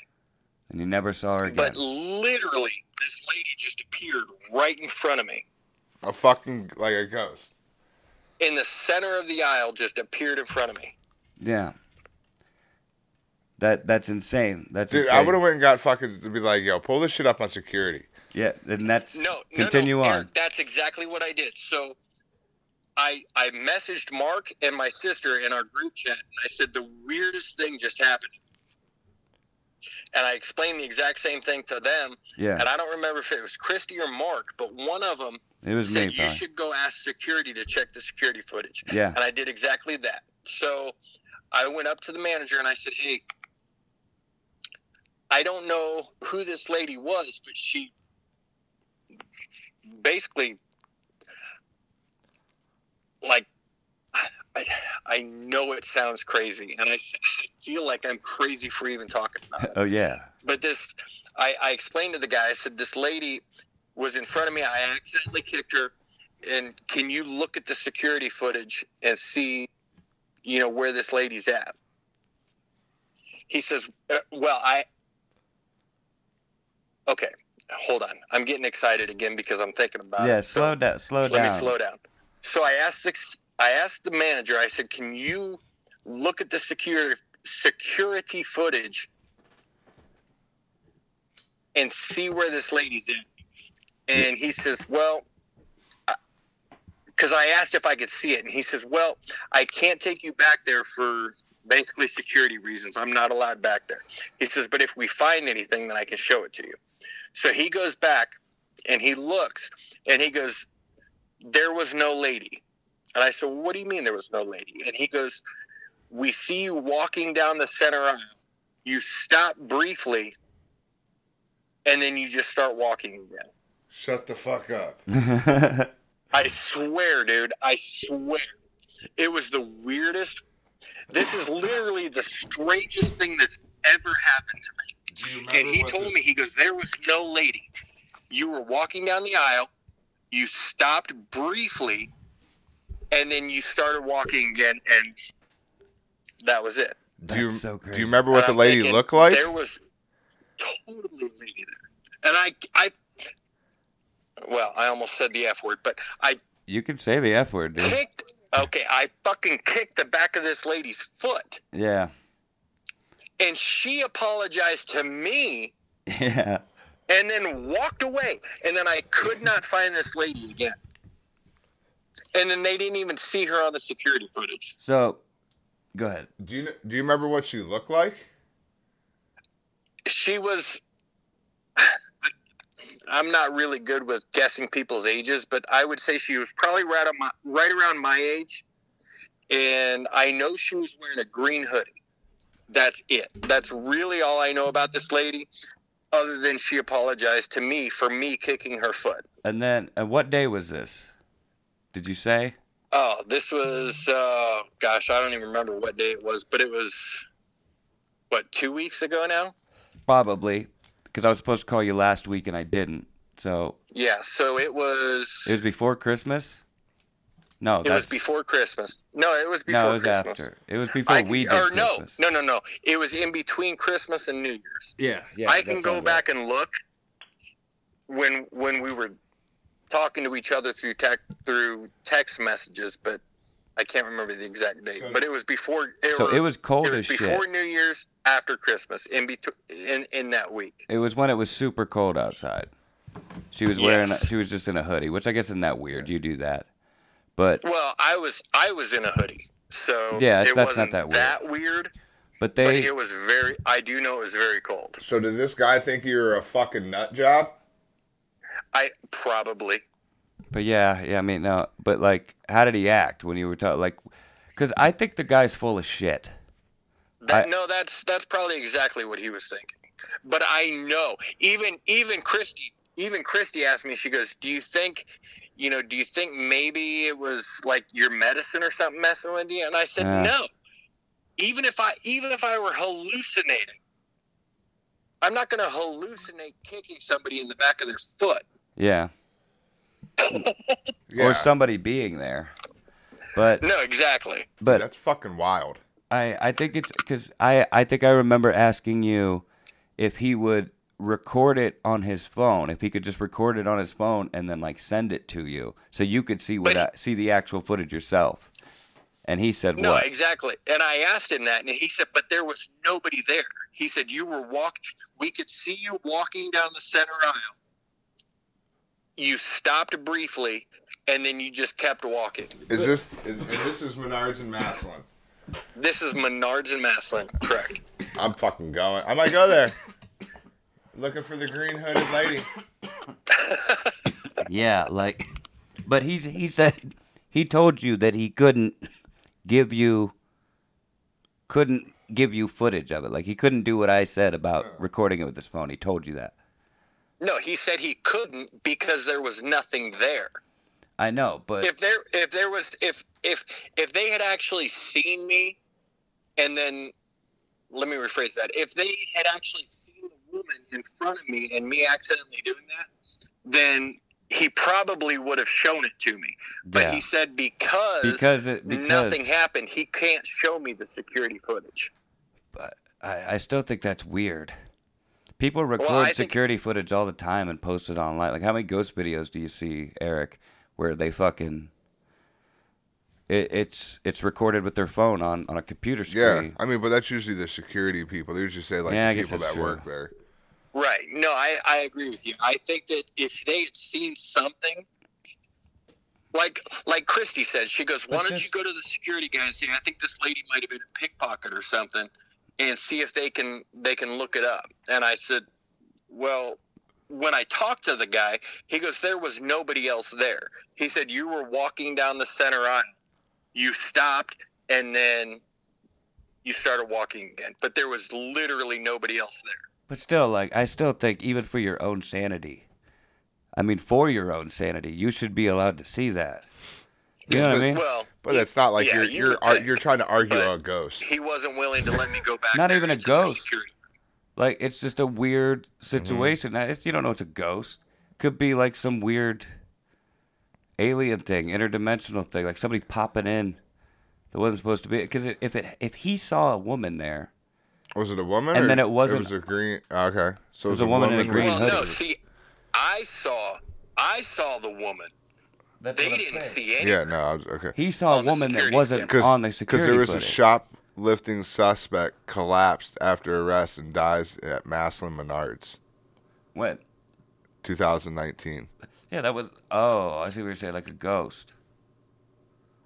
B: and you never saw her again.
D: But literally, this lady just appeared right in front of me.
A: A fucking like a ghost.
D: In the center of the aisle, just appeared in front of me.
B: yeah. That that's insane. That's
A: Dude,
B: insane.
A: I would have went and got fucking to be like, yo, pull this shit up on security.
B: Yeah, and that's
D: no, no,
B: continue
D: no,
B: on.
D: Eric, that's exactly what I did. So I I messaged Mark and my sister in our group chat and I said the weirdest thing just happened. and I explained the exact same thing to them.
B: Yeah,
D: And I don't remember if it was Christy or Mark, but one of them
B: it was me.
D: said you
B: Probably.
D: should go ask security to check the security footage.
B: Yeah,
D: And I did exactly that. So I went up to the manager and I said, Hey, I don't know who this lady was, but she basically, like, I, I know it sounds crazy, and I, s- I feel like I'm crazy for even talking about it
B: oh yeah,
D: but this I, I explained to the guy i said this lady was in front of me i accidentally kicked her and can you look at the security footage and see you know where this lady's at he says "Uh, well i okay hold on i'm getting excited again because i'm thinking about
B: yeah.
D: it Uh, So-
B: Slow down, slow
D: let
B: down.
D: me slow down. So I asked the I asked the manager. I said, "Can you look at the security security footage and see where this lady's in?" And he says, "Well." Because I asked if I could see it, and he says, "Well, I can't take you back there for basically security reasons. I'm not allowed back there." He says, "But if we find anything, then I can show it to you." So he goes back, and he looks, and he goes, there was no lady. And I said, well, What do you mean there was no lady? And he goes, We see you walking down the center aisle. You stop briefly, and then you just start walking again.
A: Shut the fuck up.
D: I swear, dude. I swear. It was the weirdest. This is literally the strangest thing that's ever happened to me.
A: Do you remember
D: and he
A: what
D: told
A: this-
D: me he goes there was no lady you were walking down the aisle you stopped briefly and then you started walking again and that was it
A: Do you,
B: That's
A: do
B: so
A: you
B: crazy.
A: remember what
D: And
A: the
D: I'm
A: lady
D: thinking,
A: looked like?
D: there was totally a lady there and i i well i almost said the f word but i
B: <laughs> You can say the f word, dude.
D: kicked okay i fucking kicked the back of this lady's foot
B: Yeah, <laughs>
D: and she apologized to me
B: yeah.
D: and then walked away. And then I could not find this lady again. And then they didn't even see her on the security footage.
B: So, go ahead.
A: Do you do you remember what she looked like?
D: She was. I'm not really good with guessing people's ages, but I would say she was probably right on my, right around my age. And I know she was wearing a green hoodie. That's it. That's really all I know about this lady, other than she apologized to me for me kicking her foot.
B: And then, uh, what day was this? Did you say?
D: Oh, this was uh, gosh, I don't even remember what day it was, but it was what two weeks ago now.
B: Probably, because I was supposed to call you last week and I didn't. So
D: Yeah, so it was.
B: it was before Christmas. No,
D: it
B: Oh, that's
D: was before Christmas. No, it was before
B: no, it was
D: Christmas.
B: after. It was before
D: I can-
B: we did
D: or no,
B: Christmas.
D: no, no, no. It was in between Christmas and New Year's.
B: Yeah, yeah.
D: I can
B: that
D: go
B: sounds
D: back and look when when we were talking to each other through tech through text messages, but I can't remember the exact date.
A: So-
D: but it was before.
B: Right. So
D: were-
B: it was cold
D: it was
B: as
D: before
B: shit.
D: New Year's, after Christmas, in between, in, in that week.
B: It was when it was super cold outside. She was wearing.
D: Yes.
B: She was just in a hoodie, which I guess isn't that weird. You do that, but
D: Well, I was I was in a hoodie, so
B: Yeah,
D: it
B: that's not
D: wasn't
B: that weird.
D: weird,
B: but
D: but
B: they
D: it was very. I do know it was very cold.
A: So did this guy think you're a fucking nut job?
D: I probably
B: But yeah, yeah, I mean, no, but like, how did he act when you were talking? Like, because I think the guy's full of shit.
D: that,
B: I-
D: no. That's that's probably exactly what he was thinking. But I know even even Christy even Christy asked me. She goes, "Do you think?" You know, do you think maybe it was like your medicine or something messing with you? And I said,
B: Yeah.
D: no. Even if I even if I were hallucinating, I'm not going to hallucinate kicking somebody in the back of their foot.
B: Yeah.
A: Yeah,
B: Or somebody being there. But,
D: No, exactly.
B: but
A: that's fucking wild.
B: I, I think it's because I, I think I remember asking you if he would record it on his phone, if he could just record it on his phone and then like send it to you so you could see what,
D: But he-
B: that- see the actual footage yourself. And he said,
D: No,
B: what?
D: exactly. And I asked him that, and he said, "But there was nobody there." He said, "You were walking. We could see you walking down the center aisle. You stopped briefly, and then you just kept walking."
A: Is this is, and this is Menards and Maslin?
D: This is Menards and Maslin, correct?
A: I'm fucking going. I might go there. Looking for the green hooded lady.
B: Yeah, like, <laughs> but he's he said he told you that he couldn't give you couldn't give you footage of it. Like he couldn't do what I said about recording it with his phone. He told you that.
D: No, he said he couldn't because there was nothing there.
B: I know, but
D: if there if there was if if if they had actually seen me and then let me rephrase that if they had actually seen a woman in front of me and me accidentally doing that then he probably would have shown it to me but
B: yeah,
D: he said because,
B: because it because
D: nothing happened he can't show me the security footage
B: I, I still think that's weird. People record
D: I think-
B: security footage all the time and post it online. Like, how many ghost videos do you see, Eric, where they fucking it, it's it's recorded with their phone on on a computer
A: Yeah,
B: screen?
A: I mean, but that's usually the security people. They usually say like
B: Yeah, I
A: the
B: guess
A: people that
B: that's
A: work
B: true.
A: there.
D: right no I, I agree with you i think that if they had seen something like like christy said she goes why
B: But
D: don't you
B: just-
D: go to the security guy and say i think this lady might have been a pickpocket or something and see if they can they can look it up and i said well when i talked to the guy he goes there was nobody else there he said you were walking down the center aisle you stopped and then you started walking again but there was literally nobody else there
B: But still, like, I still think even for your own sanity, I mean, for your own sanity, you should be allowed to see that. You know what I mean?
D: Well,
A: But that's not like
D: Yeah,
A: you're
D: you
A: you're
D: would
A: ar-
D: think.
A: you're trying to argue
D: But-
A: a ghost.
D: he wasn't willing to let me go back.
B: Not
D: there
B: even a
D: into their
B: ghost.
D: security.
B: Like it's just a weird
A: Mm-hmm.
B: situation. Now, It's, you don't know it's a ghost. Could be like some weird alien thing, interdimensional thing, like somebody popping in that wasn't supposed to be. Because if it if he saw a woman there,
A: Was it a woman?
B: And
A: or-
B: then it
A: It
B: wasn't-
A: was a green. Okay, so it
B: was a woman in a green
D: Well,
A: with-
D: no.
B: hoodie.
D: See, I saw, I saw the woman.
B: that's
D: They didn't see anything.
A: Yeah, no, I was, okay.
B: He saw a
D: on the
B: woman that
D: security
B: wasn't
A: Because
B: on the security
A: there was
B: footage.
A: a shoplifting suspect collapsed after arrest and dies at Maslin Menards,
B: When?
A: 2019.
B: Yeah, that was. Oh, I see what you're saying, like a ghost.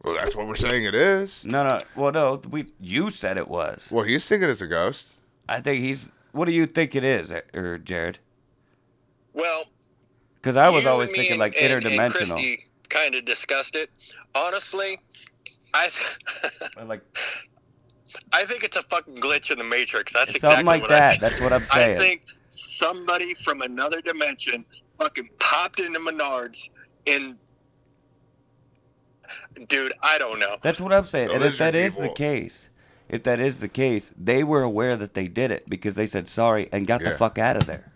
A: Well, that's what we're saying it is.
B: No, no. Well, no. We you said it was.
A: Well, he's thinking it's a ghost.
B: I think he's. What do you think it is, Er- or Jared?
D: Well,
B: Because I was
D: you
B: always
D: and me
B: thinking
D: and-
B: like
D: and- And
B: interdimensional,
D: Christy kind of discussed it. Honestly, I, th- <laughs>
B: Or, like
D: I think it's a fucking glitch in the matrix. That's exactly
B: something like
D: what
B: that.
D: I,
B: That's what I'm
D: I
B: saying.
D: think somebody from another dimension fucking popped into Menards and. Dude, I don't know.
B: That's what I'm saying. And if
A: Those are
B: that is the
A: people.
B: case, if that is the case, they were aware that they did it because they said sorry and got
A: Yeah.
B: the fuck out of there.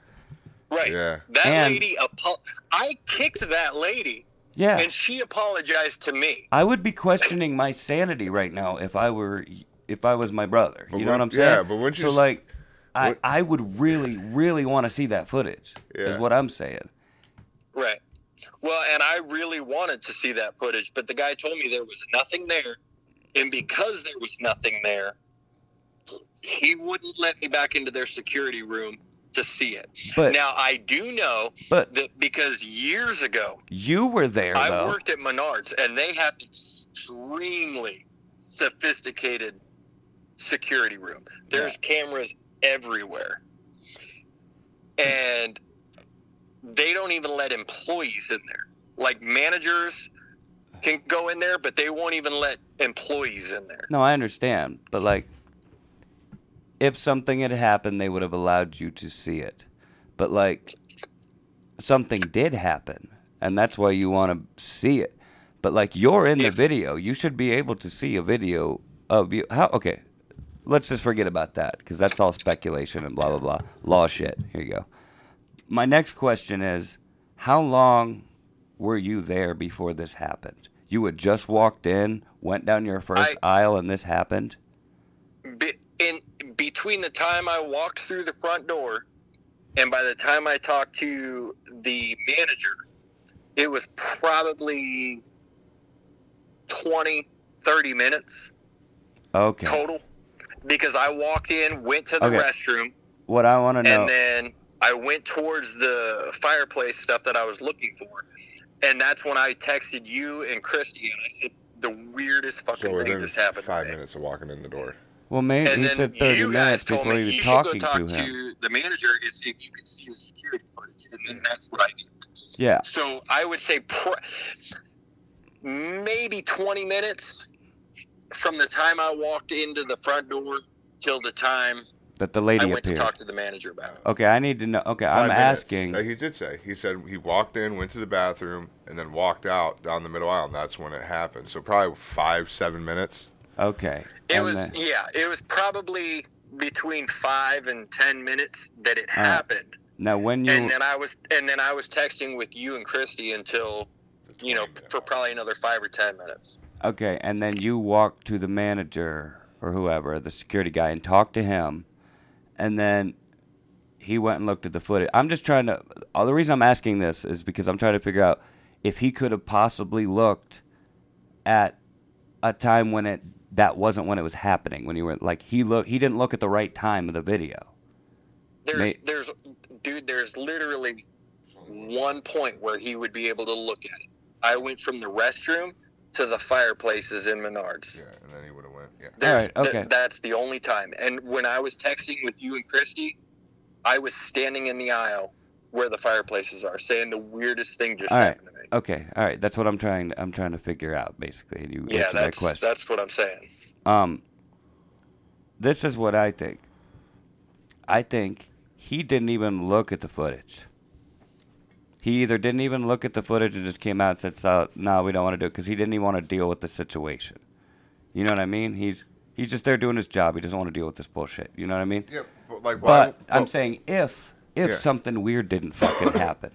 D: Right.
A: Yeah.
D: That
B: And-
D: lady, apo- I kicked that lady,
B: Yeah.
D: and she apologized to me.
B: I would be questioning my sanity right now if I were if I was my brother.
A: But
B: you know what
A: when-
B: I'm saying?
A: yeah, but wouldn't you
B: So
A: s-
B: like I,
A: what-
B: I would really, really want to see that footage.
A: Yeah.
B: Is what I'm saying.
D: Right. Well, and I really wanted to see that footage, but the guy told me there was nothing there, and because there was nothing there, he wouldn't let me back into their security room to see it.
B: But
D: Now I do know
B: but
D: that because years ago
B: you were there
D: I
B: though.
D: worked at Menards, and they have extremely sophisticated security room. There's cameras everywhere, and they don't even let employees in there. Like managers can go in there, but they won't even let employees in there.
B: No, I understand, but like, if something had happened, they would have allowed you to see it. But like, something did happen, and that's why you want to see it. But like, you're in the
D: If-
B: video. You should be able to see a video of you. How? Okay, let's just forget about that because that's all speculation and blah blah blah law shit. Here you go. My next question is, how long were you there before this happened? You had just walked in, went down your first aisle, and this happened.
D: Be- in between the time I walked through the front door and by the time I talked to the manager, it was probably 20, 30 minutes
B: Okay.
D: total because I walked in, went to the
B: Okay.
D: restroom,
B: What I want to know.
D: and then I went towards the fireplace stuff that I was looking for. And that's when I texted you and Christy and I said, the weirdest
A: So
D: fucking thing
A: within
D: just happened.
A: five
D: today."
A: minutes of walking in the door.
B: Well, man,
D: and
B: he
D: then
B: said 30
D: you
B: minutes
D: guys told
B: before
D: me
B: he was
D: you
B: talking
D: should go talk
B: to
D: to,
B: him.
D: the manager and see if you could see the security footage, and then that's what I did.
B: Yeah,
D: So I would say pr- maybe 20 minutes from the time I walked into the front door till the time
B: that the
D: I
B: lady
D: went
B: appeared. Oh,
D: to talk to the manager about it.
B: Okay, I need to know. Okay,
A: Five
B: I'm
A: minutes.
B: asking.
A: Uh, he did say. He said he walked in, went to the bathroom, and then walked out down the middle aisle, and that's when it happened. So probably five, seven minutes.
B: Okay.
D: It
B: and then-
D: was yeah, it was probably between five and 10 minutes that it
B: right.
D: happened,
B: now, when you
D: and then I was and then I was texting with you and Christy until you know for probably another five or 10 minutes.
B: okay, and then you walk to the manager or whoever, the security guy, and talk to him, and then he went and looked at the footage. I'm just trying to. All the reason I'm asking this is because I'm trying to figure out if he could have possibly looked at a time when it that wasn't when it was happening. When you were like he look he didn't look at the right time of the video.
D: There's
B: May-
D: there's dude, there's literally one point where he would be able to look at it. I went from the restroom to the fireplaces in Menards.
A: Yeah, and then he would have went. Yeah.
D: There's,
B: All right,
D: th-
B: okay.
D: that's the only time. And when I was texting with you and Christy, I was standing in the aisle where the fireplaces are, saying the weirdest thing just
B: All right.
D: happened to me.
B: Okay, all right. That's what I'm trying. I'm trying to figure out basically. And you
D: yeah,
B: answered that
D: that's
B: question.
D: that's what I'm saying.
B: Um, this is what I think. I think he didn't even look at the footage. He either didn't even look at the footage and just came out and said, so, "No, we don't want to do it," because he didn't even want to deal with the situation. You know what I mean? He's he's just there doing his job. He doesn't want to deal with this bullshit. You know what I mean?
A: Yeah, but like, why?
B: But I'm
A: well,
B: saying if if
A: Yeah.
B: something weird didn't fucking happen,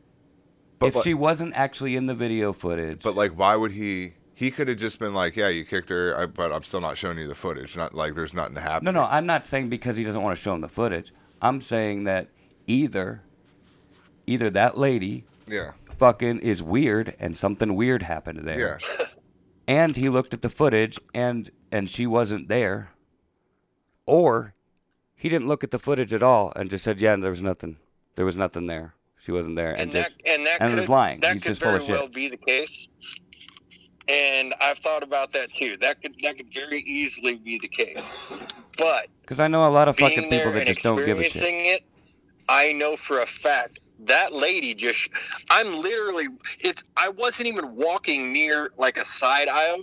A: <coughs> But
B: if
A: like-
B: she wasn't actually in the video footage,
A: But like, why would he? He could have just been like, "Yeah, you kicked her," I, but I'm still not showing you the footage. Not like there's nothing to happen.
B: No, no, I'm not saying because he doesn't want to show him the footage. I'm saying that either, either that lady
A: Yeah,
B: fucking is weird and something weird happened there.
A: yeah.
B: And he looked at the footage and and she wasn't there. Or he didn't look at the footage at all and just said, "Yeah, there was nothing. There was nothing there. She wasn't there."
D: and
B: And,
D: that
B: just
D: and that
B: and
D: could,
B: was lying.
D: That
B: He's
D: could
B: just full
D: very
B: of shit.
D: well be the case. And I've thought about that too. That could that could very easily be the case. But
B: because I know a lot of
D: being
B: fucking
D: there
B: people
D: and
B: that just don't give a shit.
D: experiencing it, I know for a fact that lady just. I'm literally. It's. I wasn't even walking near like a side aisle.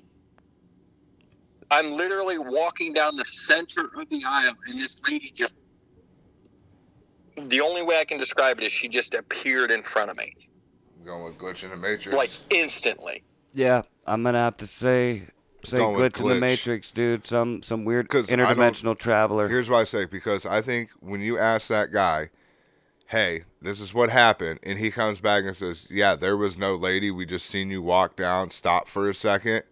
D: I'm literally walking down the center of the aisle, and this lady just. The only way I can describe it is she just appeared in front of me,
A: Going with glitch in the matrix.
D: like instantly.
B: Yeah, I'm gonna have to say say
A: Going with
B: glitch, in the
A: glitch.
B: matrix, dude. Some some weird
A: 'Cause I don't-
B: interdimensional traveler.
A: Here's why I say because I think when you ask that guy, "Hey, this is what happened," and he comes back and says, "Yeah, there was no lady. We just seen you walk down, stop for a second.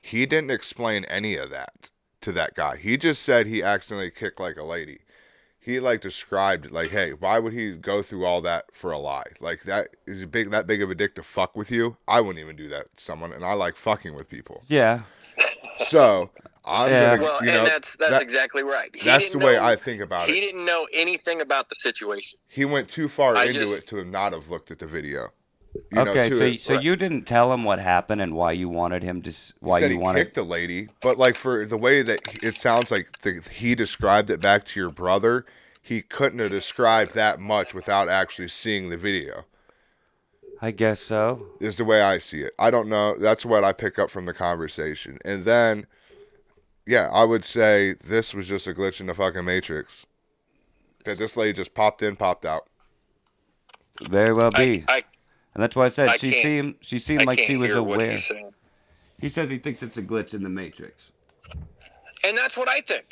A: He didn't explain any of that to that guy. He just said he accidentally kicked like a lady. He like described it like, "Hey, why would he go through all that for a lie? Like that is a big that big of a dick to fuck with you. I wouldn't even do that to someone, and I like fucking with people.
B: Yeah.
A: So." I'm
B: Yeah.
A: gonna,
D: Well,
A: you know,
D: and that's that's
A: that-
D: exactly right. He
A: that's the
D: didn't
A: way
D: know-
A: I think about it.
D: He didn't know anything about the situation.
A: he went too far
D: I
A: into
D: just-
A: it to not have looked at the video. You know,
B: Okay,
A: to
B: so
A: it-
B: so you didn't tell him what happened and why you wanted him to
A: he
B: s- why
A: said
B: you
A: he
B: wanted
A: kicked the lady, but like for the way that he- it sounds like the, he described it back to your brother, he couldn't have described that much without actually seeing the video.
B: I guess so.
A: Is the way I see it. I don't know. That's what I pick up from the conversation, and then, yeah, I would say this was just a glitch in the fucking matrix. That this lady just popped in, popped out.
B: Very well be.
D: I, I
B: and that's why I said
D: I
B: she
D: can't-
B: seemed she seemed
D: I
B: like
D: can't
B: she was
D: hear what
B: aware.
D: he's saying.
B: He says he thinks it's a glitch in the matrix.
D: And that's what I think.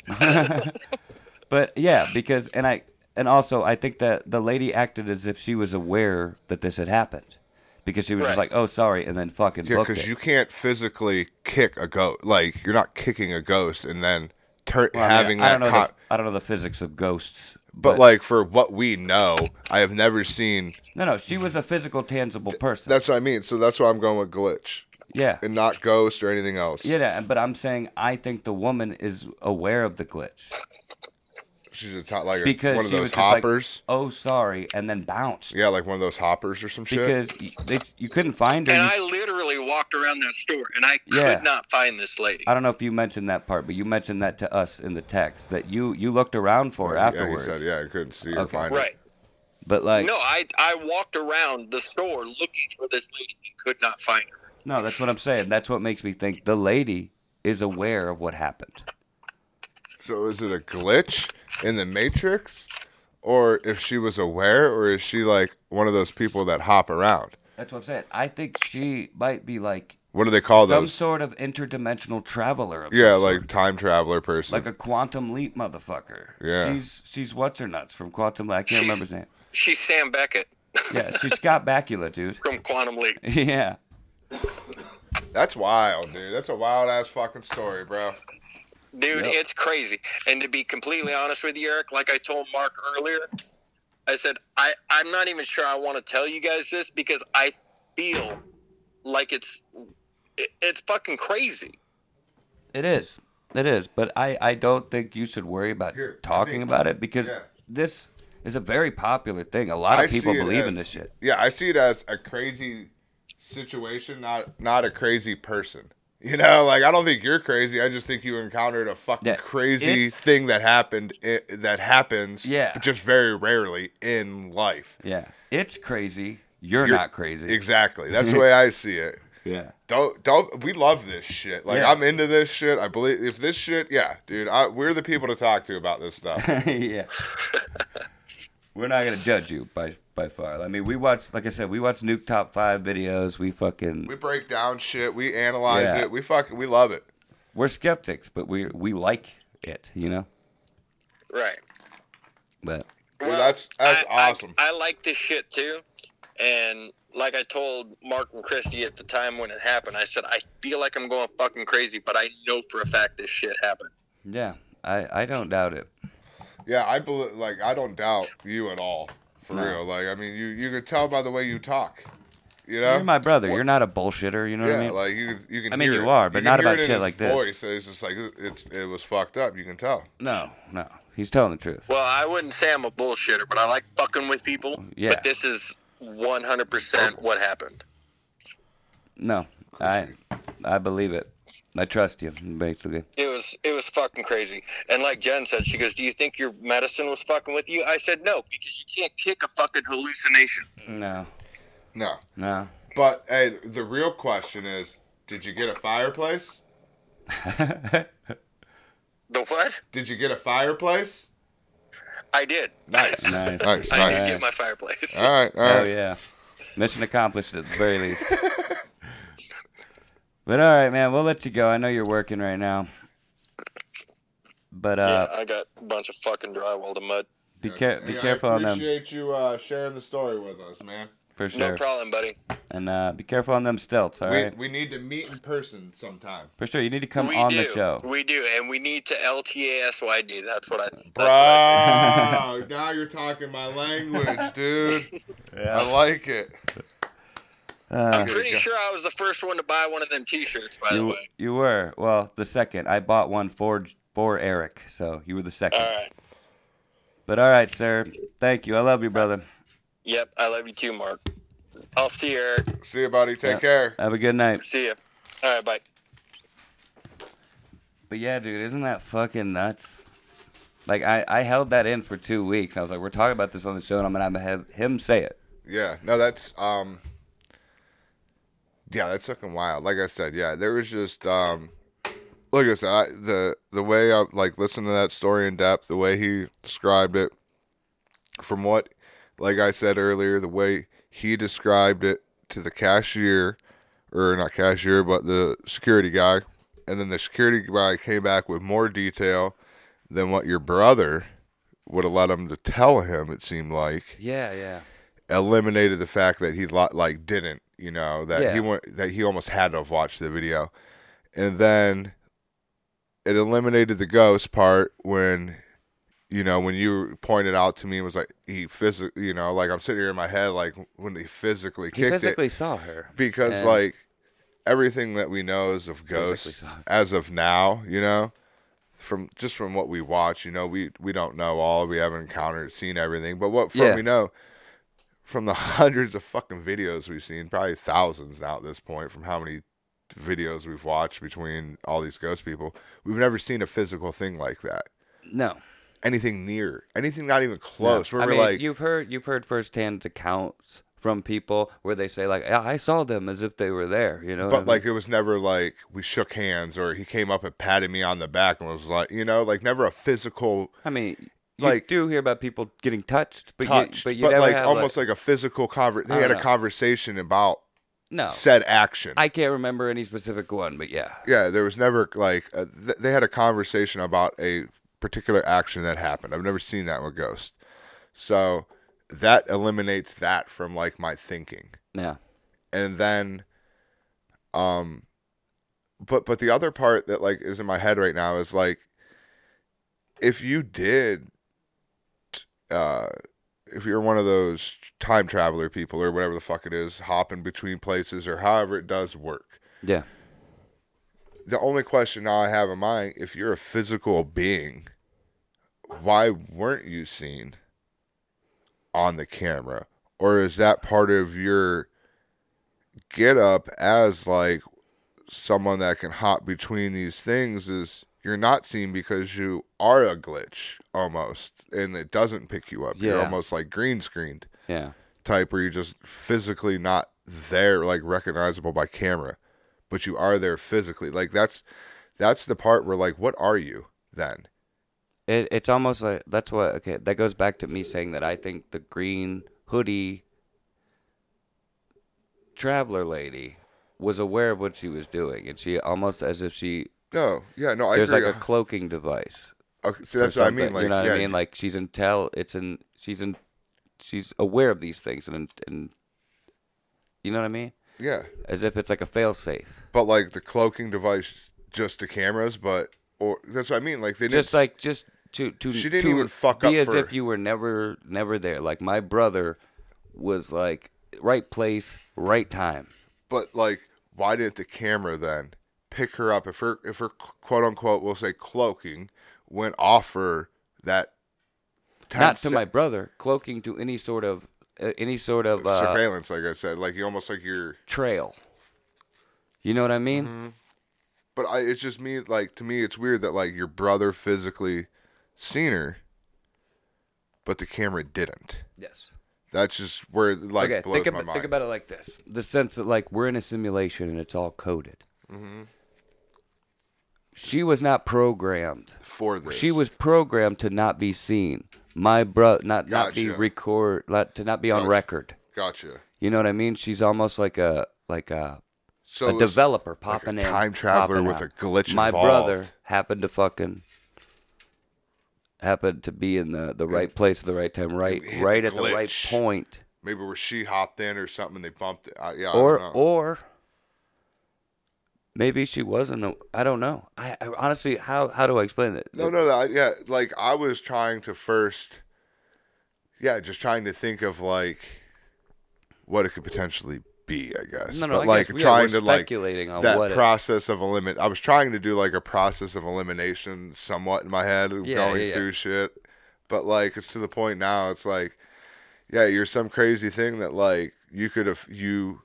B: But yeah, because and I and also I think that the lady acted as if she was aware that this had happened. Because she was just
D: Right.
B: like, "Oh, sorry," and then fucking
A: Yeah,
B: booked it.
A: because you can't physically kick a ghost. Like you're not kicking a ghost and then tur
B: Well, I mean,
A: having
B: I don't
A: that.
B: know the-
A: co-
B: I don't know the physics of ghosts,
A: but like for what we know, I have never seen.
B: no, no, she was a physical, tangible person.
A: That's what I mean. So that's why I'm going with glitch
B: yeah,
A: and not ghost or anything else.
B: Yeah, but I'm saying I think the woman is aware of the glitch.
A: She's a top, like a-
B: Because
A: one of
B: she was
A: those
B: just like-
A: hoppers.
B: Oh, sorry, and then bounced
A: yeah, like one of those hoppers or some shit.
B: because y they, you couldn't find her.
D: And
B: You-
D: I literally walked around that store and I could
B: Yeah.
D: not find this lady.
B: I don't know if you mentioned that part, but you mentioned that to us in the text that you you looked around for her afterwards.
A: Yeah, he said, yeah, I couldn't see or
B: Okay.
A: find
D: Right.
B: But like,
D: no,
B: no.
D: I I walked around the store looking for this lady and could not find her.
B: that's what I'm saying. That's what makes me think the lady is aware of what happened.
A: it. So is it a glitch in the Matrix? Or if she was aware, or is she like one of those people that hop around?
B: That's what I'm saying. I think she might be like
A: What do they call
B: some
A: those?
B: sort of interdimensional traveler. Of
A: Yeah,
B: some
A: like
B: sort.
A: time traveler person.
B: like a quantum leap motherfucker.
A: Yeah.
B: she's she's what's her nuts from quantum. Leap. I can't
D: She's-
B: remember his name.
D: She's Sam Beckett
B: Yeah, she's Scott Bakula, dude. <laughs>
D: from Quantum Leap.
B: Yeah.
A: That's wild, dude. That's a wild ass fucking story, bro.
D: Dude,
B: Yep.
D: it's crazy. And to be completely honest with you, Eric, like I told Mark earlier, I said I I'm not even sure I want to tell you guys this because I feel like it's it, it's fucking crazy.
B: It is. It is. But I, I don't think you should worry about
A: Here, I
B: talking
A: think-
B: about it because
A: yeah.
B: this is a very popular thing. A lot of people
A: see it
B: believe in
A: as-
B: this shit.
A: Yeah, I see it as a crazy situation, not not a crazy person. <laughs> You know, like I don't think you're crazy. I just think you encountered a fucking
B: Yeah,
A: crazy
B: it's-
A: thing that happened i that happens,
B: Yeah.
A: but just very rarely in
B: <laughs>
A: life.
B: Yeah. It's crazy. You're,
A: You're-
B: not crazy.
A: Exactly. That's the way I see it.
B: <laughs> yeah. <laughs>
A: Don't don't. We love this shit. Like
B: Yeah.
A: I'm into this shit. I believe if this shit, yeah, dude. I, we're the people to talk to about this stuff.
B: yeah. We're not gonna judge you by by far. I mean, we watch, like I said, we watch Nuke Top Five videos. We fucking
A: we break down shit. We analyze
B: Yeah.
A: it. We fucking we love it.
B: we're skeptics, but we we like it, you know.
D: Right.
B: But
A: Dude, that's that's
D: I- I-
A: awesome.
D: I, like this shit too, and like I told Mark and Christy at the time when it happened, I said I feel like I'm going fucking crazy, but I know for a fact this shit happened.
B: yeah, I I don't doubt it.
A: Yeah, I believe. Like, I don't doubt you at all, for
B: No.
A: real. Like, I mean, you you can tell by the way you talk. You know,
B: You're my brother. You're not a bullshitter. You know
A: yeah,
B: what I mean?
A: like you can you can.
B: I mean,
A: hear
B: you
A: it.
B: are, but
A: can
B: not
A: hear
B: about
A: it in
B: shit
A: his
B: like this.
A: Voice, and it's just like it- it's it was fucked up. You can tell.
B: no, no. He's telling the truth.
D: Well, I wouldn't say I'm a bullshitter, but I like fucking with people.
B: Yeah.
D: But this is 100% what happened.
B: No, I I believe it. I trust you, basically.
D: It was it was fucking crazy. And like Jen said, she goes, "Do you think your medicine was fucking with you?" I said, "No, because you can't kick a fucking hallucination."
B: No,
A: No,
B: <laughs> no.
A: but hey, the real question is, did you get a fireplace?
D: The what?
A: Did you get a fireplace?
D: I did.
A: Nice,
B: Nice.
A: nice,
D: <laughs> I did
A: nice.
D: get my fireplace.
A: All right, all
B: Oh
A: right.
B: yeah, mission accomplished at the very
A: <laughs>
B: least. but all right, man. We'll let you go. I know you're working right now. But uh,
D: yeah, I got a bunch of fucking drywall to mud.
B: be care be
A: Hey,
B: careful
A: I
B: on them
A: Appreciate you uh, sharing the story with us, man.
B: for
D: No
B: sure,
D: problem, buddy.
B: and uh, be careful on them stilts. All right,
A: We we need to meet in person sometime.
B: for sure. You need to come
D: we
B: on
D: do.
B: the show.
D: We do, and we need to LTASYD. That's what I. That's what I
A: Bro, now you're talking my language, dude. I like it.
D: I'm pretty sure I was the first one to buy one of them T-shirts. By the
B: Uh, You,
D: way.
B: you were well the second. I bought one for for Eric, so you were the second.
D: All right.
B: But all right, sir. Thank you. I love you, brother.
D: Yep, I love you too, Mark. I'll see you, Eric.
A: See you, buddy. Take
B: Yeah.
A: care.
B: Have a good night.
D: See you. All right, bye.
B: But yeah, dude, isn't that fucking nuts? Like I, I held that in for two weeks. I was like, we're talking about this on the show, and I'm gonna have him say it.
A: Yeah, no, that's um, yeah, that's fucking wild. Like I said, yeah, there was just um, like I said, I, the the way I like listened to that story in depth, the way he described it, from what, like I said earlier, the way he described it to the cashier, or not cashier, but the security guy, and then the security guy came back with more detail than what your brother would have let him to tell him. It seemed like
B: Yeah, yeah,
A: eliminated the fact that he lo- like didn't, you know, that
B: Yeah.
A: he went that he almost had to have watched the video, and then it eliminated the ghost part when, you know, when you pointed out to me it was like he physically, you know, like I'm sitting here in my head like when he physically
B: He
A: kicked
B: physically
A: it
B: saw her.
A: because
B: and-
A: like everything that we know is of ghosts
B: saw it.
A: as of now, you know. from just from what we watch, you know, we we don't know all, we haven't encountered, seen everything, but what from
B: Yeah.
A: we know, from the <laughs> hundreds of fucking videos we've seen, probably thousands now at this point, from how many videos we've watched between all these ghost people, we've never seen a physical thing like that.
B: No,
A: Anything near, anything not even close. Where
B: I
A: we're
B: mean,
A: like,
B: you've heard you've heard firsthand accounts from people where they say like, yeah, I saw them as if they were there. You know, what I
A: but
B: mean?
A: like it was never like we shook hands or he came up and patted me on the back and was like, you know, like never a physical
B: I mean, you
A: like-
B: do hear about people getting touched, but you,
A: touch,
B: but
A: but,
B: you never
A: like
B: have,
A: almost like, a physical conver. They
B: don't
A: had a
B: know.
A: conversation about
B: no.
A: said action.
B: I can't remember any specific one, but yeah,
A: yeah, there was never like a, th- they had a conversation about a particular action that happened. I've never seen that with Ghost, so that eliminates that from like my thinking.
B: yeah,
A: and then um but but the other part that like is in my head right now is like if you did t- uh if you're one of those time traveler people or whatever the fuck it is hopping between places or however it does work
B: yeah,
A: the only question now i have in mind if you're a physical being why weren't you seen on the camera or is that part of your get up as like someone that can hop between these things is you're not seen because you are a glitch almost and it doesn't pick you up you're
B: Yeah.
A: almost like green screened
B: yeah,
A: type where you're just physically not there, like recognizable by camera, but you are there physically. Like that's that's the part where like, what are you then?
B: it, it's almost like that's what okay that goes back to me saying that I think the green hoodie traveler lady was aware of what she was doing, and she almost as if she
A: No, yeah, no, I
B: there's
A: agree.
B: like a cloaking device.
A: okay, see,
B: or
A: that's what I
B: something,
A: mean. Like,
B: you know what
A: yeah,
B: I mean? Like she's intel. It's in. She's in. She's aware of these things, and and you know what I mean.
A: yeah,
B: As if it's like a failsafe.
A: but like the cloaking device, just to cameras, but or that's what I mean. Like they didn't
B: just like just to to
A: She didn't
B: to
A: even fuck
B: be
A: up
B: as
A: for-
B: if you were never never there. Like my brother was like right place, right time.
A: But like, why didn't the camera then pick her up if her if her quote unquote we'll say cloaking went off for that? 10
B: Not to
A: sec-
B: my brother cloaking to any sort of uh, any sort of uh,
A: surveillance, like I said, like you almost like you're.
B: trail. You know what I mean?
A: But I, it's just me. Like to me, it's weird that like your brother physically seen her, but the camera didn't.
B: Yes.
A: That's just where it, like
B: okay,
A: blows
B: think,
A: my
B: about,
A: mind.
B: think about it like this the sense that like we're in a simulation and it's all coded
A: Mm-hmm.
B: she was not programmed
A: for this.
B: she was programmed to not be seen my bro not not be
A: Gotcha. Oh.
B: record not, to not be on
A: Gotcha.
B: record
A: gotcha.
B: you know what i mean she's almost like a like a
A: So
B: a
A: it's-
B: developer popping in,
A: time traveler
B: popping
A: with
B: out.
A: a glitch
B: My
A: involved.
B: brother happened to fucking happened to be in the the right place at the right time, right
A: hit the
B: right at the right
A: glitch.
B: point.
A: maybe where she hopped in or something, and they bumped it. I, yeah, I
B: or
A: don't know.
B: or maybe she wasn't. a- I don't know. I, I honestly, how how do I explain that?
A: no, no, no. I- Yeah, like I was trying to first. Yeah, just trying to think of like what it could potentially be. I guess.
B: no, no.
A: But
B: I
A: like
B: guess we are-
A: trying
B: we're
A: to like
B: speculating on
A: that
B: what. it-
A: process of eliminate. I was trying to do like a process of elimination, somewhat in my head,
B: Yeah,
A: going
B: yeah, yeah.
A: through shit. But like, it's to the point now. It's like, yeah, you're some crazy thing that like you could have you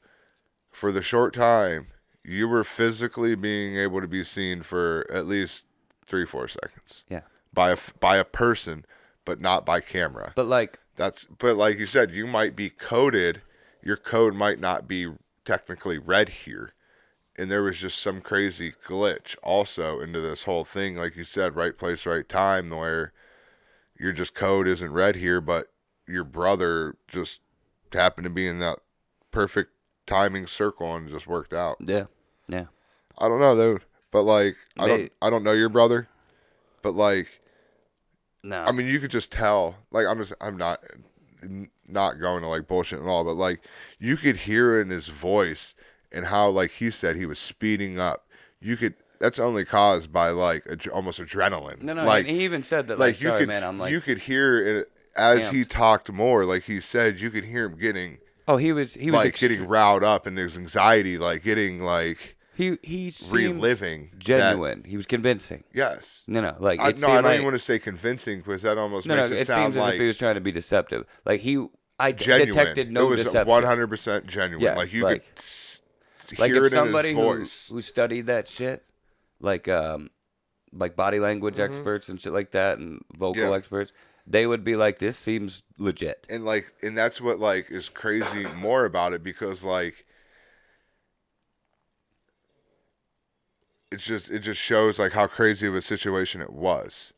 A: for the short time you were physically being able to be seen for at least three four seconds
B: yeah,
A: by a f- by a person, but not by camera.
B: but like
A: That's but like you said, you might be coded. Your code might not be technically read here, and there was just some crazy glitch also into this whole thing. Like you said, right place, right time, where your just code isn't read here, but your brother just happened to be in that perfect timing circle and just worked out.
B: yeah, yeah.
A: I don't know, dude, but like I don't
B: Mate.
A: I don't know your brother, but like
B: No,
A: I mean, you could just tell. Like, I'm just, I'm not, n- not going to like bullshit at all. But like, you could hear in his voice and how, like he said, he was speeding up. You could. That's only caused by like ad- almost adrenaline.
B: no, no.
A: Like,
B: and he even said that. Like,
A: like you
B: sorry,
A: could,
B: man. I'm like,
A: you could hear it as he
B: Amped.
A: talked more. Like he said, you could hear him getting
B: oh, he was, he was
A: like
B: ext-
A: getting riled up and his anxiety, like getting like
B: He he seemed
A: reliving that-
B: genuine. He was convincing.
A: yes.
B: No, no, like
A: I,
B: it
A: no, I don't
B: seemed like-
A: even want to say convincing because that almost
B: No, no,
A: makes
B: it,
A: it, sound
B: seems as
A: like
B: if he was trying to be deceptive. Like he, I d-
A: genuine.
B: detected no
A: it was
B: deception.
A: one hundred percent genuine.
B: Yes,
A: like you
B: like-
A: could s-
B: like
A: hear it
B: if
A: in his
B: somebody who,
A: voice.
B: who studied that shit, like um, like body language experts and shit like that, and vocal
A: Mm-hmm. Yeah.
B: experts, they would be like, "This seems legit."
A: and like and that's what like is <coughs> crazy more about it because like it's just it just shows like how crazy of a situation it was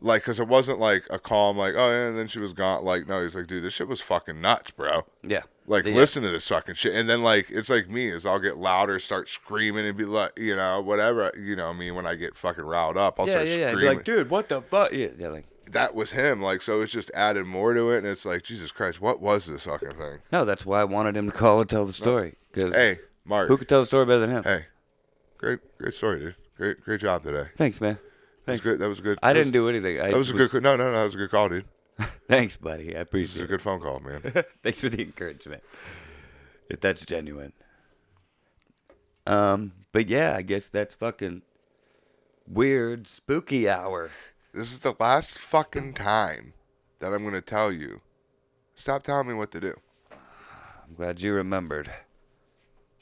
A: like because it wasn't like a calm like oh yeah and then she was gone like no he's like dude this shit was fucking nuts bro
B: Yeah,
A: like
B: Yeah.
A: listen to this fucking shit and then like it's like me is i'll get louder start screaming and be like you know whatever you know me when i get fucking riled up i'll
B: yeah,
A: start
B: yeah, yeah. Be
A: screaming
B: like, dude, what the fuck? Yeah, yeah, like,
A: that was him like so it's just added more to it and it's like jesus christ what was this fucking thing
B: no, that's why I wanted him to call and tell the story. Because
A: Hey, Mark.
B: who could tell the story better than him?
A: hey, great, great story, dude. Great, great job today.
B: Thanks, man.
A: That was
B: Thanks.
A: good. That was good.
B: I
A: that was,
B: didn't do anything. I
A: That was a good. No, no, no. That was a good call, dude.
B: Thanks, buddy. I
A: This is
B: appreciate
A: a
B: it.
A: good phone call, man.
B: <laughs> Thanks for the encouragement. If that's genuine. Um, but yeah, I guess that's fucking weird, spooky hour.
A: this is the last fucking time that I'm gonna tell you. Stop telling me what to do.
B: I'm glad you remembered.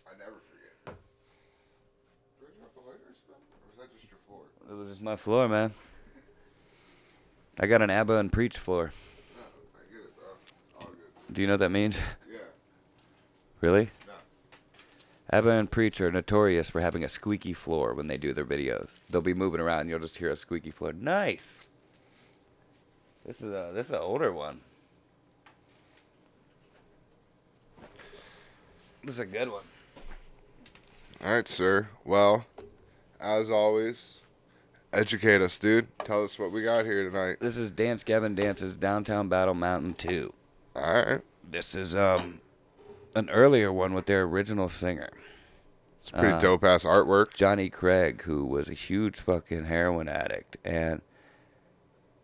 A: I never forget. Did I drop the lighter stuff, or was that just your floor?
B: It was just my floor, man. I got an ABBA and preach floor.
A: No, I get it, bro. It's all good.
B: Do you know what that means?
A: Yeah.
B: Really?
A: No.
B: ABBA and Preach are notorious for having a squeaky floor when they do their videos. They'll be moving around and you'll just hear a squeaky floor. Nice. This is a this is an older one. This is a good one.
A: All right, sir. Well, as always, educate us, dude. Tell us what we got here tonight.
B: This is Dance Gavin Dance's Downtown Battle Mountain 2.
A: All right.
B: This is um an earlier one with their original singer.
A: It's pretty
B: Uh,
A: dope ass artwork.
B: Johnny Craig, who was a huge fucking heroin addict and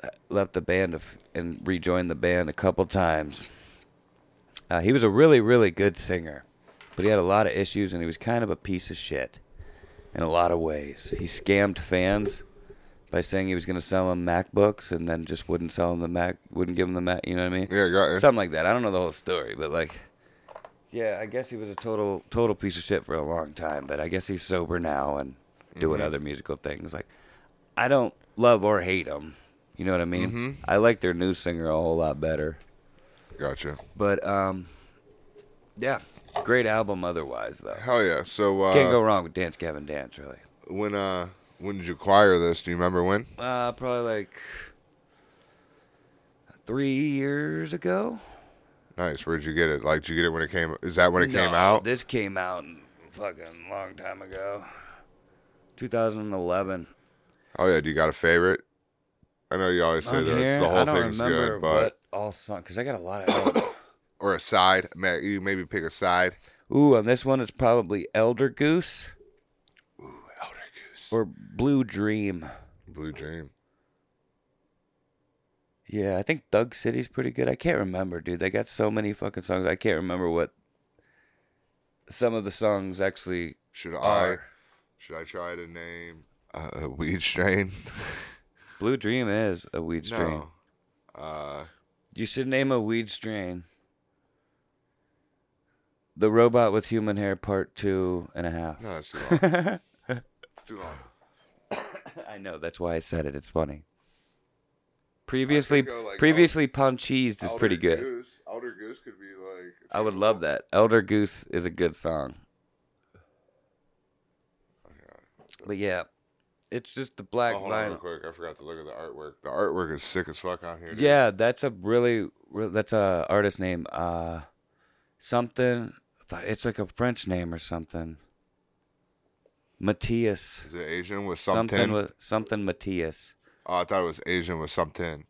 B: uh, left the band of, and rejoined the band a couple times. Uh, he was a really, really good singer, but he had a lot of issues and he was kind of a piece of shit in a lot of ways. He scammed fans by saying he was going to sell them MacBooks and then just wouldn't sell them the Mac, wouldn't give them the Mac, you know what I mean?
A: Yeah, got it.
B: Something like that. I don't know the whole story, but like. Yeah, I guess he was a total total piece of shit for a long time, but I guess he's sober now and doing other musical things. Like I don't love or hate him. You know what I mean? I like their new singer a whole lot better.
A: Gotcha.
B: But um yeah, great album otherwise though.
A: Hell yeah. So uh,
B: Can't go wrong with Dance Gavin Dance really.
A: when uh when did you acquire this? Do you remember when?
B: Uh probably like 3 years ago.
A: Nice. Where'd you get it? Like, did you get it when it came? Is that when it came
B: No,
A: out?
B: This came out fucking long time ago. 2011.
A: oh yeah. Do you got a favorite? I know you always say
B: on
A: that
B: here.
A: the
B: I
A: whole
B: don't
A: thing's
B: remember
A: good, but
B: what all song because I got a lot of.
A: or a side. May- You maybe pick a side.
B: <coughs> Ooh, on this one it's probably Elder Goose
A: Ooh, Elder Goose.
B: or Blue Dream.
A: Blue Dream.
B: Yeah, I think Thug City's pretty good. I can't remember, dude. They got so many fucking songs. I can't remember what some of the songs actually
A: Should I?
B: are.
A: Should I try to name uh, a weed strain?
B: Blue Dream is a weed <laughs> strain.
A: no. Uh,
B: You should name a weed strain. The Robot with Human Hair Part Two and a Half.
A: no, it's too
B: <laughs>
A: long. too long.
B: I know. That's why I said it. It's funny. Previously,
A: go, like,
B: previously, Pound Cheesed is
A: Elder
B: pretty good.
A: Goose. Elder Goose could be like.
B: I would love that. Elder Goose is a good song. But yeah, it's just the black
A: Oh, hold on real
B: vinyl.
A: quick. I forgot to look at the artwork. The artwork is sick as fuck on here. dude.
B: Yeah, that's a really re- that's a artist name. Uh, something. It's like a French name or something. Matthias.
A: Is it Asian with something?
B: Something, with something Matthias.
A: oh, I thought it was Asian with something.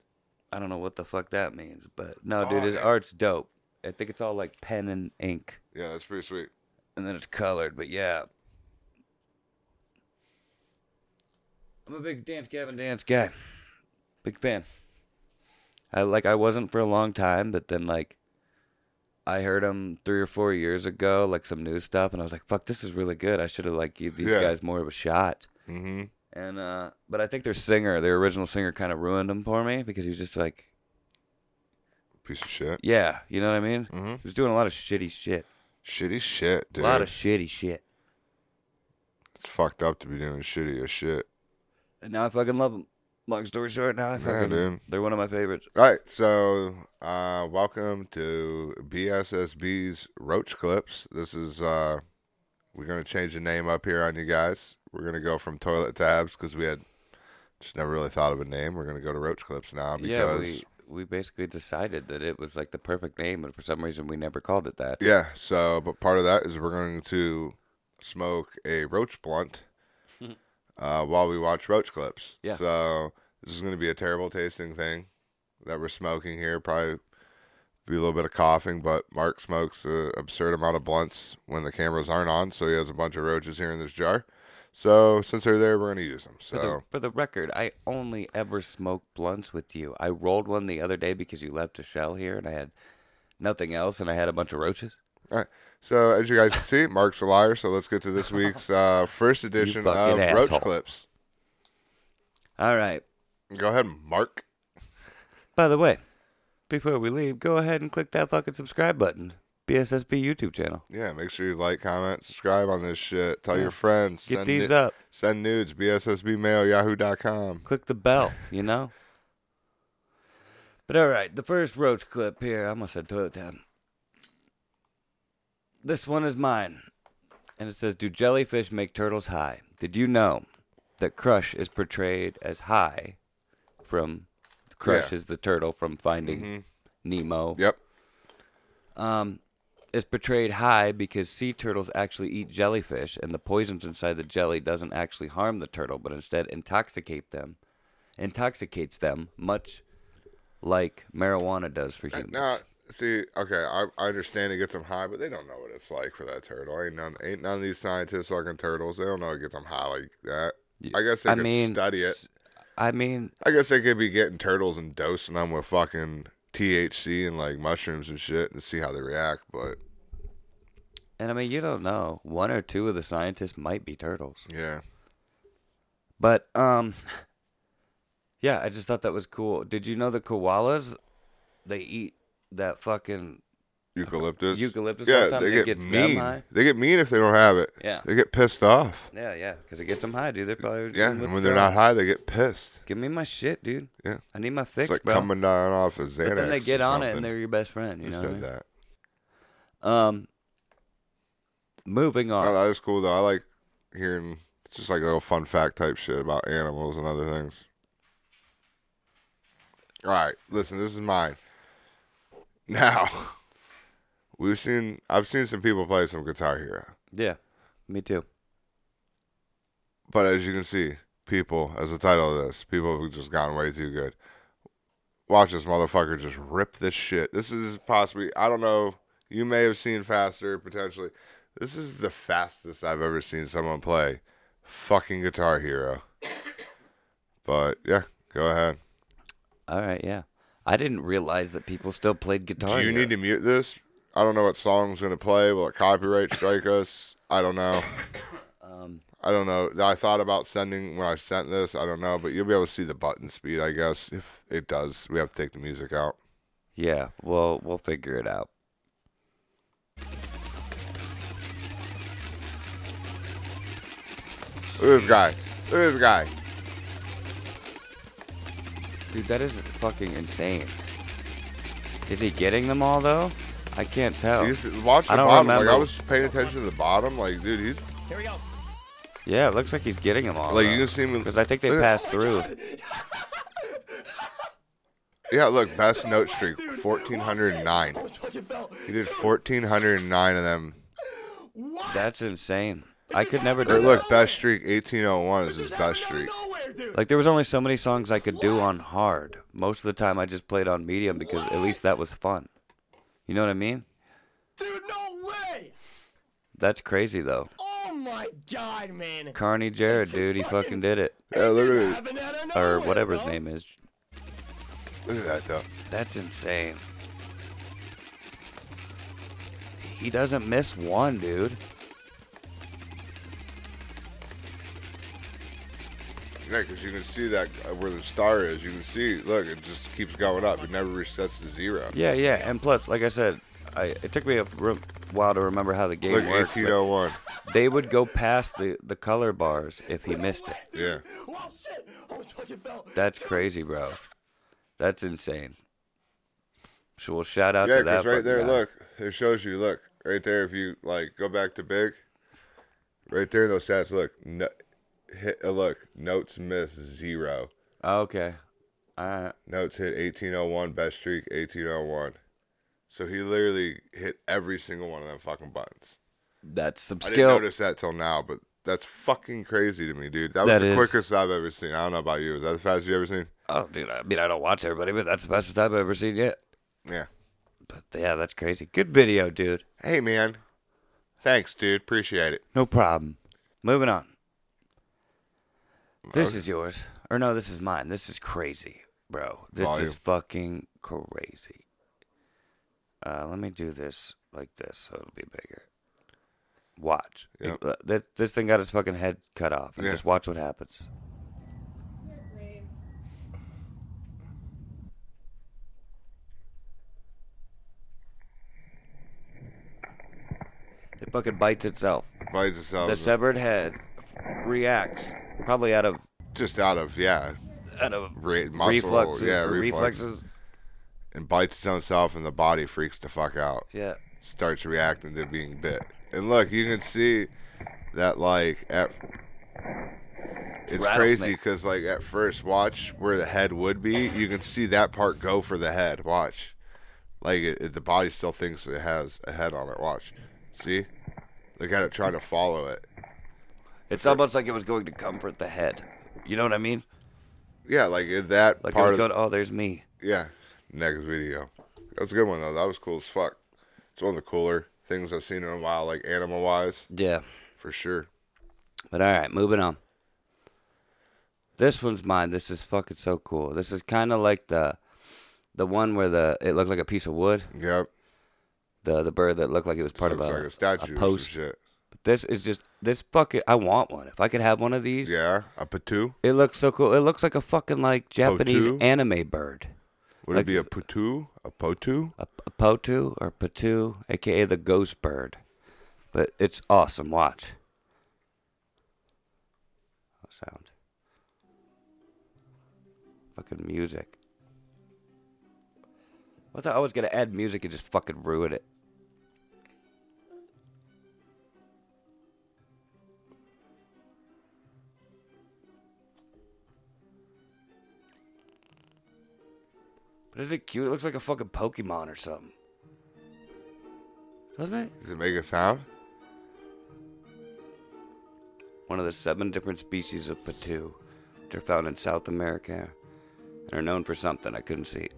B: I don't know what the fuck that means, but no, dude,
A: Oh,
B: his
A: okay.
B: art's dope. I think it's all like pen and ink,
A: Yeah, that's pretty sweet.
B: and then it's colored. But yeah, I'm a big Dance Gavin Dance guy, big fan. I like I wasn't for a long time, but then like I heard them three or four years ago, like some new stuff, and I was like, "Fuck, this is really good. I should have like give these
A: Yeah.
B: guys more of a shot."
A: Mm-hmm.
B: And uh, but I think their singer, their original singer, kind of ruined them for me because he was just like,
A: Piece of shit.
B: "Yeah, you know what I mean."
A: Mm-hmm.
B: He was doing a lot of shitty shit,
A: Shitty shit, dude.
B: a lot of shitty shit,
A: it's fucked up to be doing shitty as shit.
B: and now I fucking love them. Long story short, now I fucking
A: dude.
B: they're one of my favorites.
A: All right, so uh, welcome to BSSB's Roach Clips. This is uh, we're gonna change the name up here on you guys. We're gonna go from Toilet Tabs because we had just never really thought of a name. We're gonna go to Roach Clips now because
B: yeah, we we basically decided that it was like the perfect name, but for some reason we never called it that.
A: Yeah, so but part of that is we're going to smoke a roach
B: <laughs>
A: blunt uh, while we watch roach clips.
B: Yeah.
A: So this is going to be a terrible tasting thing that we're smoking here. Probably be a little bit of coughing, but Mark smokes an absurd amount of blunts when the cameras aren't on, so he has a bunch of roaches here in this jar. So since they're there, we're going to use them.
B: For the,
A: So
B: for the record, I only ever smoke blunts with you. I rolled one the other day because you left a shell here and I had nothing else and I had a bunch of roaches.
A: so as you guys can
B: <laughs>
A: see, Mark's a liar. So let's get to this week's uh, first edition
B: fucking
A: of
B: asshole.
A: roach clips.
B: All right.
A: Go ahead, Mark.
B: By the way, before we leave, go ahead and click that fucking subscribe button. BSSB YouTube channel.
A: Yeah, make sure you like, comment, subscribe on this shit. Tell your friends.
B: Get
A: send
B: these
A: nu-
B: up.
A: Send nudes. BSSB mail, yahoo.com.
B: Click the bell, you know? But all right, the first roach clip here. I almost said toilet time. This one is mine. And it says Do jellyfish make turtles high? Did you know that Crush is portrayed as high from Crush
A: Yeah.
B: is the turtle from Finding Nemo?
A: Yep.
B: um, is portrayed high because sea turtles actually eat jellyfish, and the poisons inside the jelly doesn't actually harm the turtle, but instead intoxicate them, intoxicates them, much like marijuana does for humans.
A: Now, see, okay, I, I understand it gets them high, but they don't know what it's like for that turtle. Ain't none, ain't none of these scientists fucking turtles. They don't know it gets them high like that. I guess they
B: I
A: could
B: mean,
A: study it.
B: s- I mean,
A: I guess they could be getting turtles and dosing them with fucking THC and like mushrooms and shit and see how they react. But
B: and I mean, you don't know. One or two of the scientists might be turtles.
A: yeah,
B: But um <laughs> yeah, I just thought that was cool. Did you know the koalas they eat that fucking
A: eucalyptus.
B: Eucalyptus all
A: Yeah,
B: the time,
A: they
B: it
A: get
B: gets them
A: mean.
B: high.
A: They get mean if they don't have it.
B: Yeah.
A: They get pissed off.
B: Yeah, yeah, because it gets them high, dude. They're probably
A: Yeah,
B: with
A: and
B: the
A: when they're
B: drugs.
A: not high, they get pissed.
B: Give me my shit, dude.
A: Yeah,
B: I need my
A: it's
B: fix,
A: like
B: bro.
A: coming down off of Xanax.
B: but then they
A: or
B: get on it
A: something.
B: and they're your best friend. You
A: Who
B: know. what I
A: said
B: mean?
A: that?
B: Um. Moving on.
A: Oh, that is cool though. I like hearing just like little fun fact type shit about animals and other things. All right, listen, this is mine. <laughs> Now, <laughs> we've seen I've seen some people play some Guitar Hero,
B: yeah. Me too.
A: but as you can see, people as the title of this, people have just gotten way too good. Watch this motherfucker just rip this shit. This is possibly I don't know. You may have seen faster potentially. This is the fastest I've ever seen someone play fucking Guitar Hero. But yeah, go ahead.
B: All right. Yeah. I didn't realize that people still played guitar.
A: Do you
B: Hero.
A: need to mute this? I don't know what song's gonna play. Will it copyright strike us? I don't
B: <coughs>
A: know.
B: Um,
A: I don't know. I thought about sending when I sent this. I don't know, but you'll be able to see the button speed, I guess. If it does, we have to take the music out.
B: yeah. Well, we'll figure it out.
A: Look at this guy. Look at this guy.
B: Dude, that is fucking insane. Is he getting them all though? I can't tell.
A: He's, watch the
B: Oh. I don't
A: bottom.
B: remember.
A: Like I was paying attention to the bottom. Like, dude, he's
E: Here we go.
B: Yeah, it looks like he's getting them all.
A: like you can see him.
B: Because I think they
A: look at-
B: passed through.
A: Yeah, look, best note streak, fourteen hundred and nine.
E: Almost fucking fell.
A: He did fourteen hundred and nine of them.
E: What?
B: That's insane. I could never do
A: Or
B: that.
A: look, best streak eighteen oh one
E: This
A: is his
E: happened
A: best
E: out of
A: streak.
E: nowhere, dude.
B: Like there was only so many songs I could do on hard. Most of the time I just played on medium because at least that was fun. You know what I mean?
E: dude, no way.
B: That's crazy though.
E: Oh my god, man.
B: Carney Jarrett, dude, he fucking did it.
A: Yeah, look
E: This
A: at it.
E: happened out of
B: Or
E: nowhere,
B: whatever his
E: bro.
B: name is.
A: Look at that though.
B: That's insane. He doesn't miss one, dude.
A: Yeah, because you can see that uh, where the star is. You can see, look, it just keeps going up. It never resets to zero.
B: Yeah, yeah. And plus, like I said, I, it took me a r- while to remember how the game
A: Look,
B: worked. but
A: 1801.
B: They would go past the, the color bars if he missed it.
A: Yeah.
E: Oh shit! I almost fucking fell.
B: That's crazy, bro. That's insane. So we'll shout out
A: Yeah,
B: to that.
A: because right
B: fucking
A: there,
B: guy.
A: look, it shows you. Look, right there. If you like go back to big, right there in those stats. Look, no, hit. Uh, look, notes missed zero.
B: Oh, Okay. All right.
A: Notes hit 1801 best streak 1801. So he literally hit every single one of them fucking buttons.
B: That's some
A: I didn't
B: skill.
A: notice that till now, but that's fucking crazy to me, dude. That was
B: That
A: the
B: is.
A: quickest I've ever seen. I don't know about you. Is that the fastest you ever seen?
B: Oh, dude. I mean, I don't watch everybody, but that's the fastest I've ever seen yet.
A: Yeah.
B: But yeah, that's crazy. Good video, dude.
A: Hey, man. Thanks, dude. Appreciate it.
B: No problem. Moving on. This
A: Okay.
B: is yours. Or no, this is mine. This is crazy, bro. This
A: Volume.
B: is fucking crazy. Uh, let me do this like this so it'll be bigger. Watch.
A: Yep.
B: Uh, That this thing got his fucking head cut off. And
A: Yeah.
B: Just watch what happens. It fucking bites itself.
A: Bites itself.
B: The severed head reacts probably out of
A: just out of, yeah,
B: out of
A: re- muscle.
B: reflexes,
A: yeah,
B: or
A: reflexes.
B: reflexes.
A: And bites its own self, and the body freaks the fuck out.
B: Yeah,
A: starts reacting to being bit. And look, you can see that like at it's
B: Rattlesnake.
A: crazy because like at first watch where the head would be, you can see that part go for the head. Watch, like it, it- the body still thinks it has a head on it. Watch, see, look at it trying to follow it.
B: it's almost like it was going to comfort the head. You know what I mean?
A: Yeah, like in that
B: Like it
A: part
B: was
A: of
B: going, "Oh, there's me."
A: yeah. Next video, that was a good one though. That was cool as fuck. It's one of the cooler things I've seen in a while, like animal wise,
B: Yeah,
A: for sure.
B: but all right, moving on. This one's mine. This is fucking so cool. This is kind of like the the one where the it looked like a piece of wood.
A: Yep.
B: The the bird that looked like it was part
A: looks
B: of a,
A: like a statue
B: a post.
A: or some shit.
B: But this is just this fucking. I want one. If I could have one of these,
A: Yeah, a patu.
B: It looks so cool. It looks like a fucking like Japanese
A: Potu?
B: anime bird.
A: Would
B: Like-
A: it be a putu? A potu?
B: A, a potu or patu, aka the ghost bird. But it's awesome. Watch. Oh, sound. Fucking music. I thought I was gonna add music and just fucking ruin it. But isn't it cute? It looks like a fucking Pokemon or something. Doesn't it?
A: Does it make a sound?
B: one of the seven different species of patu, which are found in South America and are known for something I couldn't see.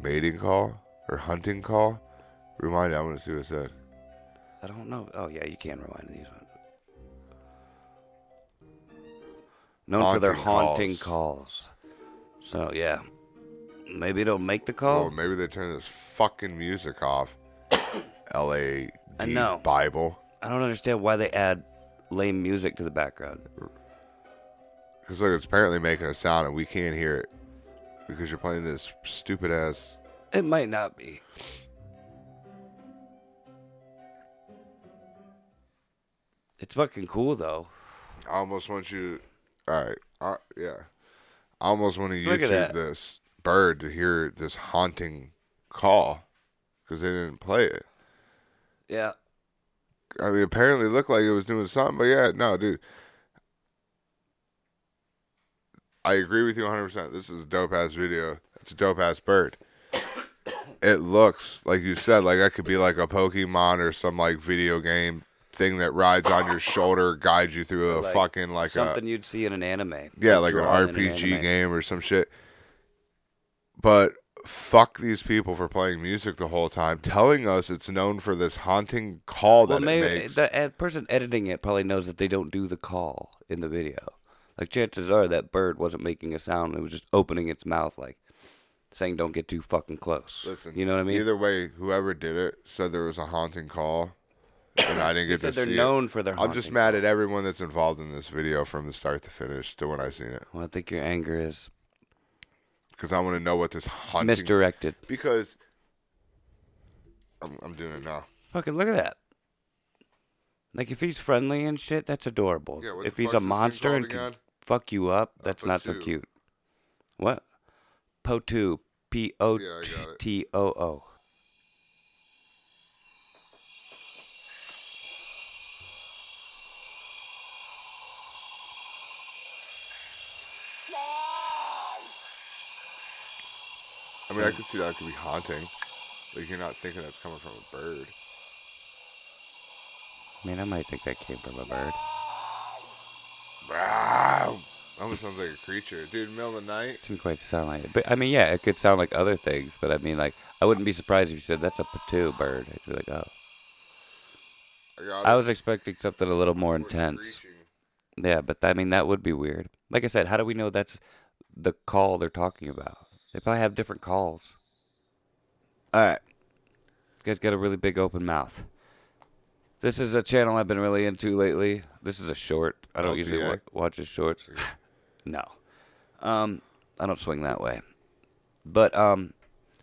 A: Mating call or hunting call? Remind me, I want to see what it said.
B: I don't know. Oh, yeah, you can rewind these ones. Known for their
A: Haunting
B: haunting calls. So, yeah. Maybe it'll make the
A: Oh,
B: call.
A: maybe they turned this fucking music
B: <coughs>
A: off. L A
B: I
A: D
B: know.
A: Bible.
B: I don't understand why they add lame music to the background.
A: Because look, it's apparently making a sound and we can't hear it because you're playing this stupid ass.
B: It might not be. It's fucking cool, though.
A: I almost want you. All right, uh, yeah. I almost want to
B: Look at
A: YouTube
B: that.
A: this bird to hear this haunting call because they didn't play it.
B: Yeah.
A: I mean, apparently it looked like it was doing something, but yeah, no, dude. I agree with you 100%. This is a dope ass video. It's a dope ass bird. <coughs> it looks, like you said, like I could be like a Pokemon or some like video game thing that rides on your shoulder, guides you through a
B: Like,
A: fucking like a.
B: something you'd see in an anime.
A: Yeah, like an
B: Drawn in
A: RPG
B: anime.
A: game or some shit. But fuck these people for playing music the whole time, telling us it's known for this haunting call
B: Well,
A: that
B: maybe
A: it makes.
B: the ed- person editing it probably knows that they don't do the call in the video. Like chances are that bird wasn't making a sound; it was just opening its mouth, like saying, "Don't get too fucking close."
A: Listen,
B: you know what I mean?
A: Either way, whoever did it said there was a haunting call, and I didn't
B: They
A: get to
B: said they're
A: see it.
B: known for their.
A: I'm just
B: haunting.
A: mad at everyone that's involved in this video from the start to finish to when I seen it
B: Well, I think your anger is
A: because I want to know what this haunting
B: misdirected.
A: because I'm, I'm doing it now.
B: Fucking look at that. Like if he's friendly and shit, that's adorable.
A: Yeah, what the
B: if he's
A: fuck's
B: a
A: this thing
B: monster
A: called
B: and can
A: again? Uh,
B: fuck you up, that's not so
A: Potu.
B: cute. What? Potu. P O
A: Yeah, I got it.
B: T O O.
A: I mean, I could see that could be haunting. Like you're not thinking that's coming from a bird.
B: I mean, I might think that came from a bird.
A: Wow. Almost sounds like a creature, dude. Middle of the night.
B: Didn't quite sound like it, but I mean, yeah, it could sound like other things. But I mean, like, I wouldn't be surprised if you said that's a patu bird. I'd be like, oh,
A: I got
B: I
A: it.
B: was expecting something a little more
A: Or
B: intense.
A: screeching.
B: Yeah, but I mean, that would be weird. Like I said, how do we know that's the call they're talking about? They probably have different calls. All right. This guy's got a really big open mouth. This is a channel I've been really into lately. This is a short. I don't usually
A: LPA?
B: wa- watch his shorts. <laughs> no. Um, I don't swing that way. But um,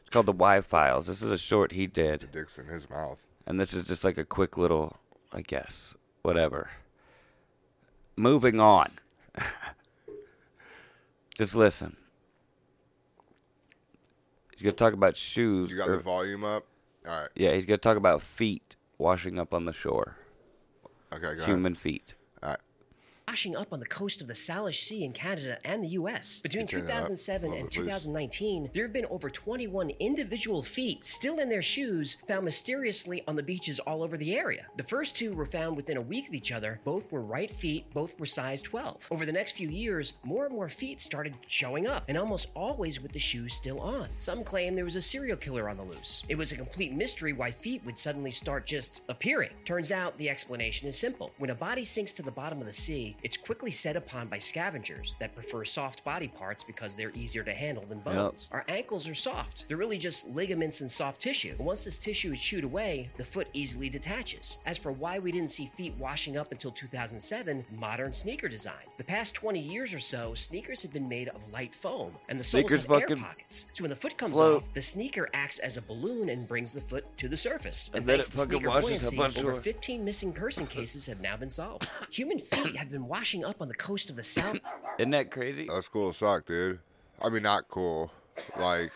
B: it's called The Y Files. This is a short he did.
A: Dick's in his mouth.
B: And this is just like a quick little, I guess, whatever. Moving on. <laughs> just listen. He's going to talk about shoes.
A: You got
B: or-
A: the volume up. All right.
B: yeah, he's going to talk about feet washing up on the shore.
A: Okay. Go
B: Human feet.
A: Ahead. All right.
F: washing up on the coast of the Salish Sea in Canada and the US. Between
A: Turn it up.
F: 2007
A: Love
F: and
A: it, please.
F: 2019, there have been over 21 individual feet still in their shoes found mysteriously on the beaches all over the area. The first two were found within a week of each other. Both were right feet, both were size 12. Over the next few years, more and more feet started showing up, and almost always with the shoes still on. Some claim there was a serial killer on the loose. It was a complete mystery why feet would suddenly start just appearing. Turns out the explanation is simple. When a body sinks to the bottom of the sea, it's quickly set upon by scavengers that prefer soft body parts because they're easier to handle than bones. Our ankles are soft. They're really just ligaments and soft tissue. And once this tissue is chewed away, the foot easily detaches. As for why we didn't see feet washing up until 2007, modern sneaker design. The past 20 years or so, sneakers have been made of light foam, and the soles
B: Sneakers
F: have air
B: fucking
F: pockets. So when the foot comes
B: float.
F: off, the sneaker acts as a balloon and brings the foot to the surface.
B: And then
F: thanks
B: it
F: to
B: fucking
F: sneaker
B: washes up
F: buoyancy,
B: on
F: over
B: shore.
F: 15 missing person cases have now
B: <laughs>
F: been solved. Human feet have been washing up on the coast of the South.
B: Isn't that crazy?
A: That's cool as fuck, dude. I mean, not cool. Like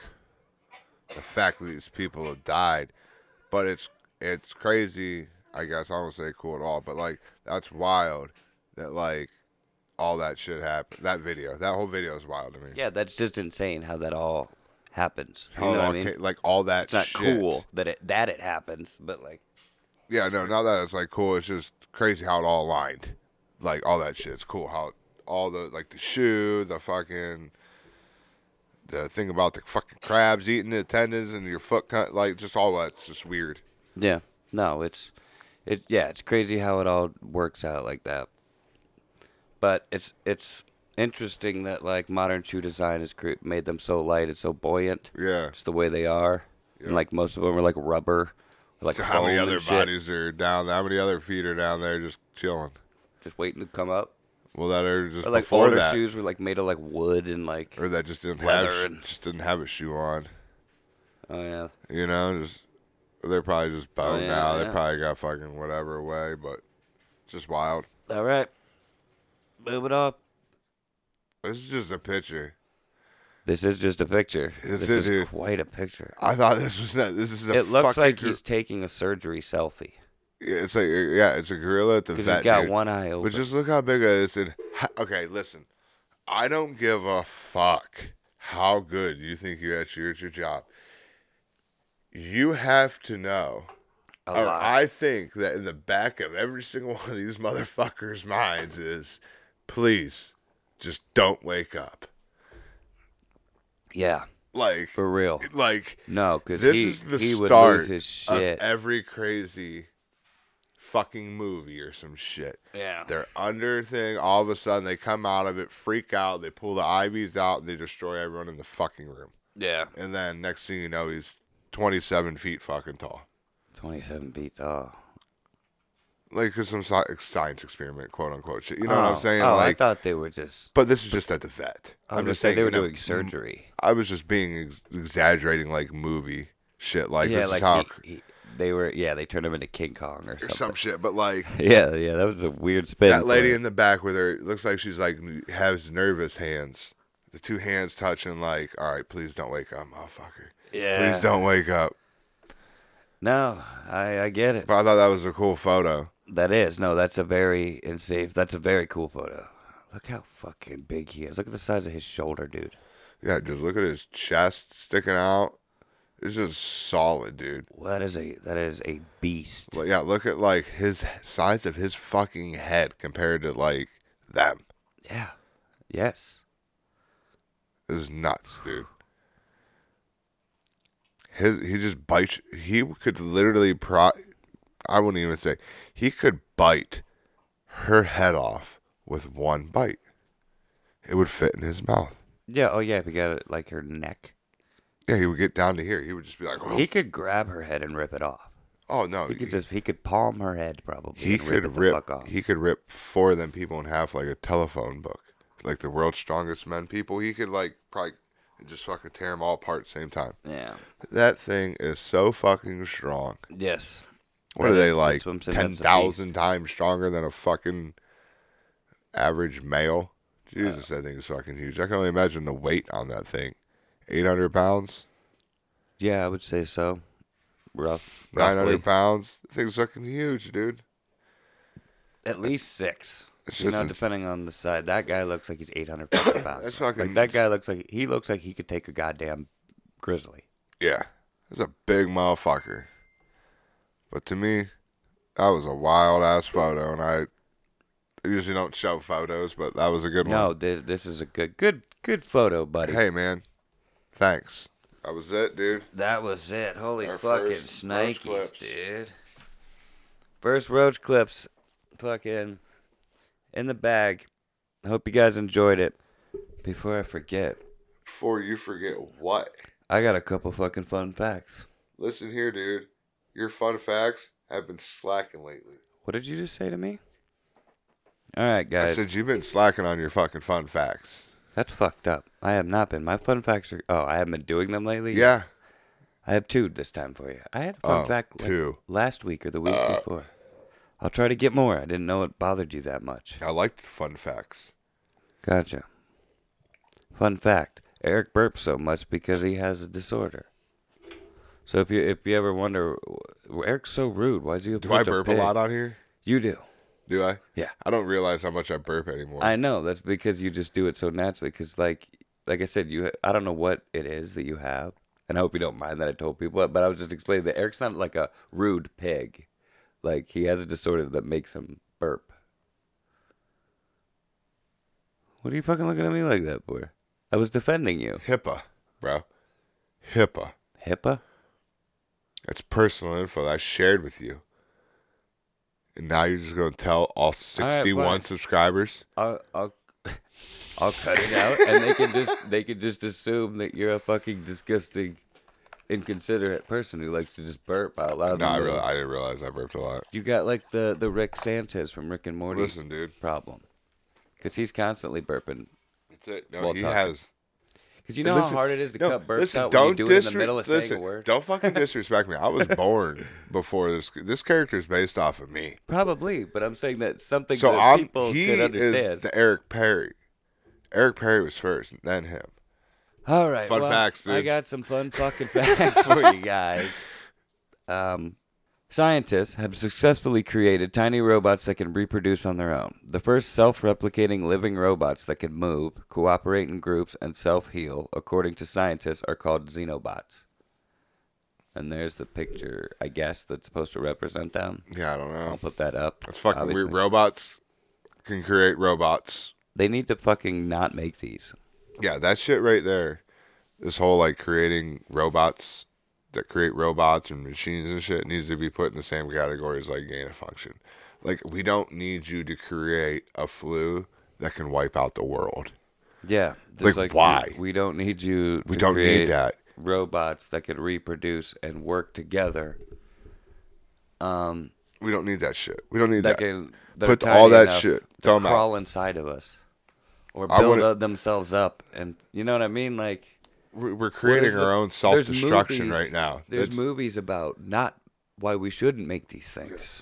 A: the fact that these people have died, but it's it's crazy. I guess I don't say cool at all, but like that's wild. That like all that shit happened. That video, that whole video is wild to me.
B: Yeah, that's just insane how that all happens. You
A: How it
B: know what I
A: all
B: mean?
A: ca- like all that.
B: It's not
A: Oh, shit.
B: cool that it that it happens, but like
A: Yeah, no, not that it's like cool. It's just crazy how it all aligned. Like all that shit. It's cool how all the like the shoe, the fucking the thing about the fucking crabs eating the tendons and your foot cut like just all that's just weird.
B: Yeah. No, it's it yeah, it's crazy how it all works out like that. But it's it's interesting that like modern shoe design has cre- made them so light and so buoyant.
A: Yeah.
B: Just the way they are. And like most of them are like rubber, like
A: So how many
B: foam and
A: other
B: shit,
A: bodies are down how many other feet are down there just chilling?
B: just waiting to come up.
A: Well that are just
B: Or like
A: before
B: older
A: that.
B: shoes were like made of like wood and like
A: Or that just didn't
B: Leather
A: have
B: and-
A: just didn't have a shoe on.
B: oh yeah.
A: You know, just they're probably just boned
B: Oh, yeah,
A: out. They
B: yeah.
A: probably got fucking whatever away, but just wild.
B: All right. Move it up.
A: This is just a picture.
B: This is just a picture.
A: This
B: this
A: is,
B: is
A: dude.
B: quite a picture.
A: I thought this was not. This is a.
B: It looks
A: fucking
B: like
A: gor-
B: he's taking a surgery selfie.
A: Yeah, It's like uh, yeah, it's a gorilla at the vet.
B: Because he's got
A: dude.
B: one eye open.
A: But just look how big it is. And ho- okay, listen, I don't give a fuck how good you think you're at your, at your job. You have to know.
B: A
A: or
B: lot.
A: I think that in the back of every single <laughs> one of these motherfuckers' minds is, please, just don't wake up.
B: yeah.
A: Like
B: For real.
A: Like
B: No, because
A: This
B: he,
A: is the
B: he would
A: start
B: lose his
A: of
B: shit.
A: every crazy fucking movie or some shit.
B: Yeah.
A: They're under thing. All of a sudden, they come out of it, freak out. They pull the IVs out and they destroy everyone in the fucking room.
B: yeah.
A: And then next thing you know, he's 27 feet fucking tall.
B: 27 feet. Oh.
A: like cause some sci- science experiment, quote unquote shit. You know what
B: Oh,
A: I'm saying?
B: Oh,
A: like,
B: I thought they were just.
A: but this is just at the vet.
B: I
A: I'm
B: was gonna
A: just
B: say
A: saying
B: they were
A: you know,
B: doing surgery.
A: I was just being ex- exaggerating, like movie shit. Like
B: yeah,
A: this
B: like
A: is how
B: he- he- they were. Yeah, they turned him into King Kong or
A: or
B: something.
A: some shit. But like
B: <laughs> Yeah, yeah, that was a weird spin.
A: that
B: for
A: lady
B: it.
A: in the back with her looks like she's like has nervous hands. The two hands touching, like, all right, please don't wake up, motherfucker.
B: Yeah.
A: Please don't wake up.
B: No, I, I get it.
A: But I thought that was a cool photo.
B: That is no. That's a very and safe. That's a very cool photo. Look how fucking big he is. Look at the size of his shoulder, dude.
A: Yeah, just look at his chest sticking out. It's just solid, dude.
B: Well, that is a that is a beast.
A: Like, yeah, look at like his size of his fucking head compared to like them.
B: Yeah. Yes.
A: This is nuts, dude. His he just bites. He could literally pro. I wouldn't even say he could bite her head off with one bite. It would fit in his mouth.
B: Yeah. Oh yeah. If you got it like her neck,
A: Yeah, he would get down to here. He would just be like,
B: he could grab her head and rip it off.
A: "Oh no,
B: He could just he could palm her head probably.
A: he
B: and
A: could
B: rip, it
A: rip,
B: the fuck off.
A: he could rip four of them people in half like a telephone book like the world's strongest men people he could like probably just fucking tear them all apart at the same time
B: yeah.
A: that thing is so fucking strong
B: Yes.
A: what
B: That
A: are they
B: is-
A: like
B: that's what I'm saying, that's a
A: 10,000 times stronger than a fucking average male
B: Uh.
A: jesus that thing is fucking huge i can only imagine the weight on that thing 800 pounds
B: Yeah, I would say so. Rough.
A: 900
B: roughly.
A: pounds that thing's fucking huge dude
B: At least six.
A: It's
B: You
A: just
B: know,
A: ins-
B: depending on the side. That guy looks like he's
A: <coughs>
B: 800 fucking pounds.
A: That's fucking-
B: like that guy looks like he looks like he could take a goddamn grizzly.
A: Yeah, it's a big motherfucker. But to me, that was a wild ass photo, and I I usually don't show photos, but that was a good
B: No,
A: one.
B: this, this is a good, good, good photo, buddy.
A: Hey, man, thanks. That was it, dude.
B: That was it. Holy
A: Our
B: fucking
A: first Roach
B: snakes,
A: Clips.
B: dude. First roach clips, fucking in the bag. I hope you guys enjoyed it. Before I forget,
A: Before you forget what,
B: I got a couple fucking fun facts.
A: listen here, dude. Your fun facts have been slacking lately.
B: What did you just say to me? All right,
A: I
B: guys.
A: said you've been slacking on your fucking fun facts.
B: That's fucked up. I have not been. My fun facts are. Oh, I haven't been doing them lately.
A: Yeah,
B: I have two this time for you. I had a fun
A: Oh,
B: fact like,
A: two. Uh.
B: last week or the week before. I'll try to get more. I didn't know it bothered you that much.
A: I liked the fun facts.
B: Gotcha. Fun fact: Eric burps so much because he has a disorder. So if you if you ever wonder, "Well, Eric's so rude. Why is he?
A: Do I burp a lot on here?
B: You do.
A: Do I?
B: Yeah.
A: I don't realize how much I burp anymore.
B: I know that's because you just do it so naturally. Because like like I said, you I don't know what it is that you have, and I hope you don't mind that I told people. But I was just explaining that Eric's not like a rude pig, like he has a disorder that makes him burp. What are you fucking looking at me like that for? I was defending you.
A: HIPAA, bro. HIPAA.
B: HIPAA.
A: That's personal info that I shared with you. And now you're just going to tell all
B: right,
A: 61
B: fine.
A: subscribers?
B: I'll, I'll, <laughs> I'll cut it out, and they can just they can just assume that you're a fucking disgusting, inconsiderate person who likes to just burp out loud. in
A: No,
B: the
A: I,
B: middle.
A: reali I didn't realize I burped a lot.
B: You got like the the Rick Sanchez from Rick and Morty
A: Listen, dude.
B: problem, because he's constantly burping.
A: That's it. No,
B: Well,
A: he
B: talk.
A: has.
B: Because you know
A: Listen,
B: how hard it is to
A: no,
B: cut burps
A: listen,
B: out when you
A: don't
B: do it in
A: disre-
B: the middle of
A: listen,
B: saying a word.
A: Don't
B: <laughs>
A: fucking disrespect me. I was born before this. This character is based off of me.
B: Probably, but I'm saying that something
A: So
B: that
A: I'm,
B: people
A: he
B: could understand.
A: is the Eric Perry. Eric Perry was first, then him.
B: All right,
A: Fun
B: well,
A: facts, dude.
B: I got some fun fucking <laughs> facts for you guys. Um, scientists have successfully created tiny robots that can reproduce on their own. The first self-replicating living robots that can move, cooperate in groups, and self-heal, according to scientists, are called xenobots. And there's the picture, I guess, that's supposed to represent them.
A: Yeah, I don't
B: I'll
A: know.
B: put that up.
A: Oh. That's fucking
B: obviously.
A: weird. Robots can create robots.
B: They need to fucking not make these.
A: Yeah, that shit right there. This whole like creating robots that create robots and machines and shit needs to be put in the same category as like gain of function. Like we don't need you to create a flu that can wipe out the world.
B: Yeah. Just
A: Like,
B: like,
A: why?
B: We, we don't need you.
A: We
B: to
A: don't need
B: create
A: that.
B: Robots that could reproduce and work together. Um,
A: We don't need that shit. We don't need
B: that
A: that.
B: can they're
A: Put
B: tiny
A: all that
B: enough
A: shit.
B: to
A: Thumb out.
B: crawl inside of us, or
A: I
B: build
A: wouldn't-
B: up themselves up, and you know what I mean. Like
A: We're we're creating
B: where's
A: our
B: the-
A: own self
B: there's
A: destruction
B: movies-
A: right now.
B: There's
A: That's-
B: movies about not why we shouldn't make these things.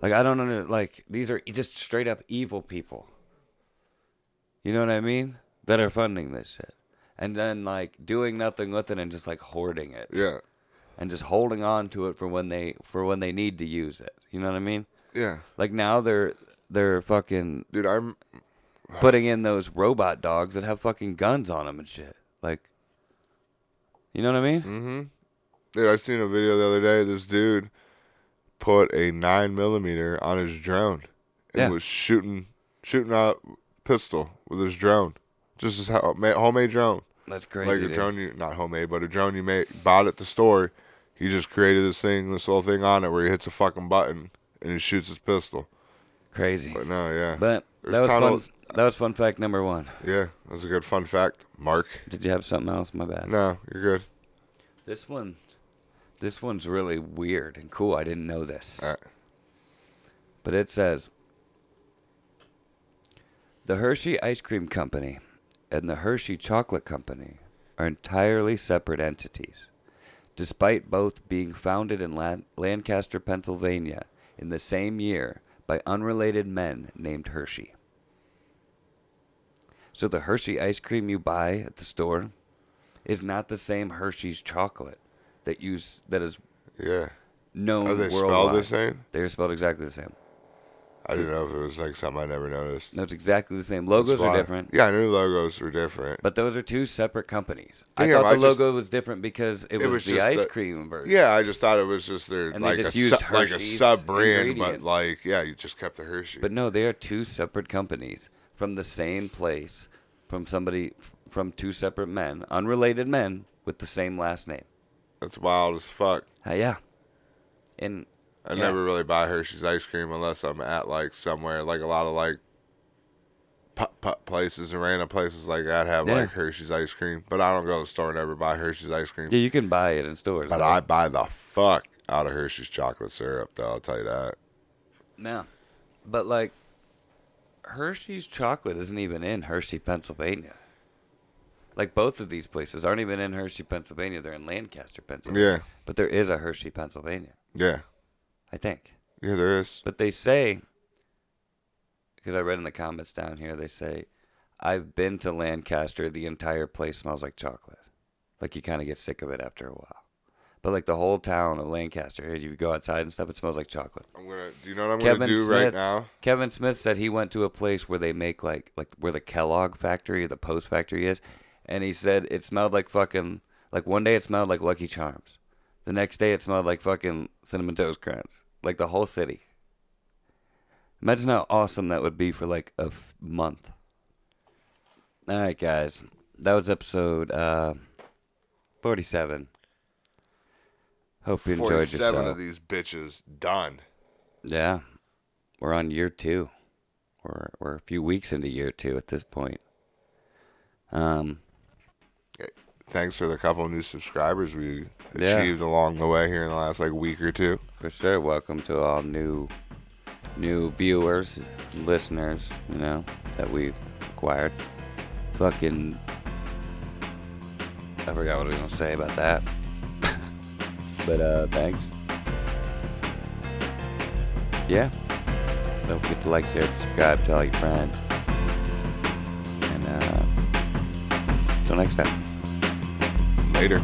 B: Like I don't know. Like these are e, just straight up evil people. You know what I mean? That are funding this shit, and then like doing nothing with it and just like hoarding it
A: yeah,
B: and just holding on to it for when they for when they need to use it. You know what I mean?
A: yeah,
B: Like now they're they're fucking
A: dude. I'm
B: putting in those robot dogs that have fucking guns on them and shit. Like, you know what I mean?
A: Mm-hmm. Dude, I seen a video the other day. This dude put a nine millimeter on his drone and
B: Yeah.
A: was shooting shooting out pistol with his drone. Just his ho- ma- homemade drone,
B: That's crazy.
A: like a
B: dude.
A: drone you not homemade, but a drone you made bought at the store. He just created this thing, this little thing on it where he hits a fucking button and he shoots his pistol.
B: Crazy.
A: But no, yeah,
B: But
A: There's
B: that was fun.
A: tunnels-
B: That was fun fact number one.
A: yeah, that's a good fun fact, Mark.
B: Did you have something else? My bad.
A: No, you're good.
B: This one, this one's really weird and cool. I didn't know this.
A: All right.
B: but it says the Hershey Ice Cream Company and the Hershey Chocolate Company are entirely separate entities, despite both being founded in Lan- Lancaster, Pennsylvania, in the same year by unrelated men named Hershey. So the Hershey ice cream you buy at the store is not the same Hershey's chocolate that you s- that is
A: Yeah,
B: known
A: Are they spelled the
B: worldwide.
A: same?
B: They're spelled exactly the same.
A: I didn't know if it was like something I never noticed.
B: No, it's exactly the same.
A: That's
B: Logos are
A: why-
B: different.
A: Yeah, I knew logos were different.
B: But those are two separate companies. I
A: Damn,
B: thought the
A: I just-
B: logo was different because it, was,
A: was
B: the
A: just
B: ice
A: the-
B: cream version.
A: Yeah, I just thought it was just their
B: And they
A: like,
B: just
A: a
B: used
A: sub, like a
B: Hershey's
A: sub brand, but
B: ingredients.
A: like yeah, you just kept the Hershey.
B: But no, they are two separate companies from the same place, from somebody, from two separate men, unrelated men with the same last name.
A: That's wild as fuck.
B: Uh, yeah. And
A: I
B: Yeah.
A: never really buy Hershey's ice cream unless I'm at like somewhere like a lot of like pup pup places and random places like that have
B: Yeah.
A: like Hershey's ice cream. But I don't go to the store and ever buy Hershey's ice cream.
B: yeah, you can buy it in stores.
A: But I buy the fuck out of Hershey's chocolate syrup though, I'll tell you that.
B: No. But like Hershey's chocolate isn't even in Hershey, Pennsylvania. Like both of these places aren't even in Hershey, Pennsylvania. They're in Lancaster, Pennsylvania.
A: Yeah.
B: But there is a Hershey, Pennsylvania,
A: Yeah.
B: I think.
A: Yeah, there is.
B: But they say because I read in the comments down here, they say I've been to Lancaster. The entire place smells like chocolate. Like you kind of get sick of it after a while. But like the whole town of Lancaster, you go outside and stuff, it smells like chocolate.
A: I'm gonna do you know what I'm
B: Kevin
A: gonna do
B: Smith.
A: right now?
B: Kevin Smith said he went to a place where they make like like where the Kellogg factory, the Post factory is, and he said it smelled like fucking like one day it smelled like Lucky Charms, the next day it smelled like fucking cinnamon toast crunch, like the whole city. Imagine how awesome that would be for like a f- month. All right, guys, that was episode uh, forty-seven. Hope you enjoyed yourself.
A: Forty-seven of these bitches done.
B: Yeah. We're on year two. We're we're a few weeks into year two at this point. Um
A: thanks for the couple new subscribers we
B: Yeah.
A: achieved along the way here in the last like week or two.
B: for sure welcome to all new new viewers, listeners, you know, that we acquired. Fucking I forgot what I was gonna say about that. <laughs> but uh thanks. Yeah. Don't forget to like, share, subscribe, tell your friends. And uh till next time.
A: Later.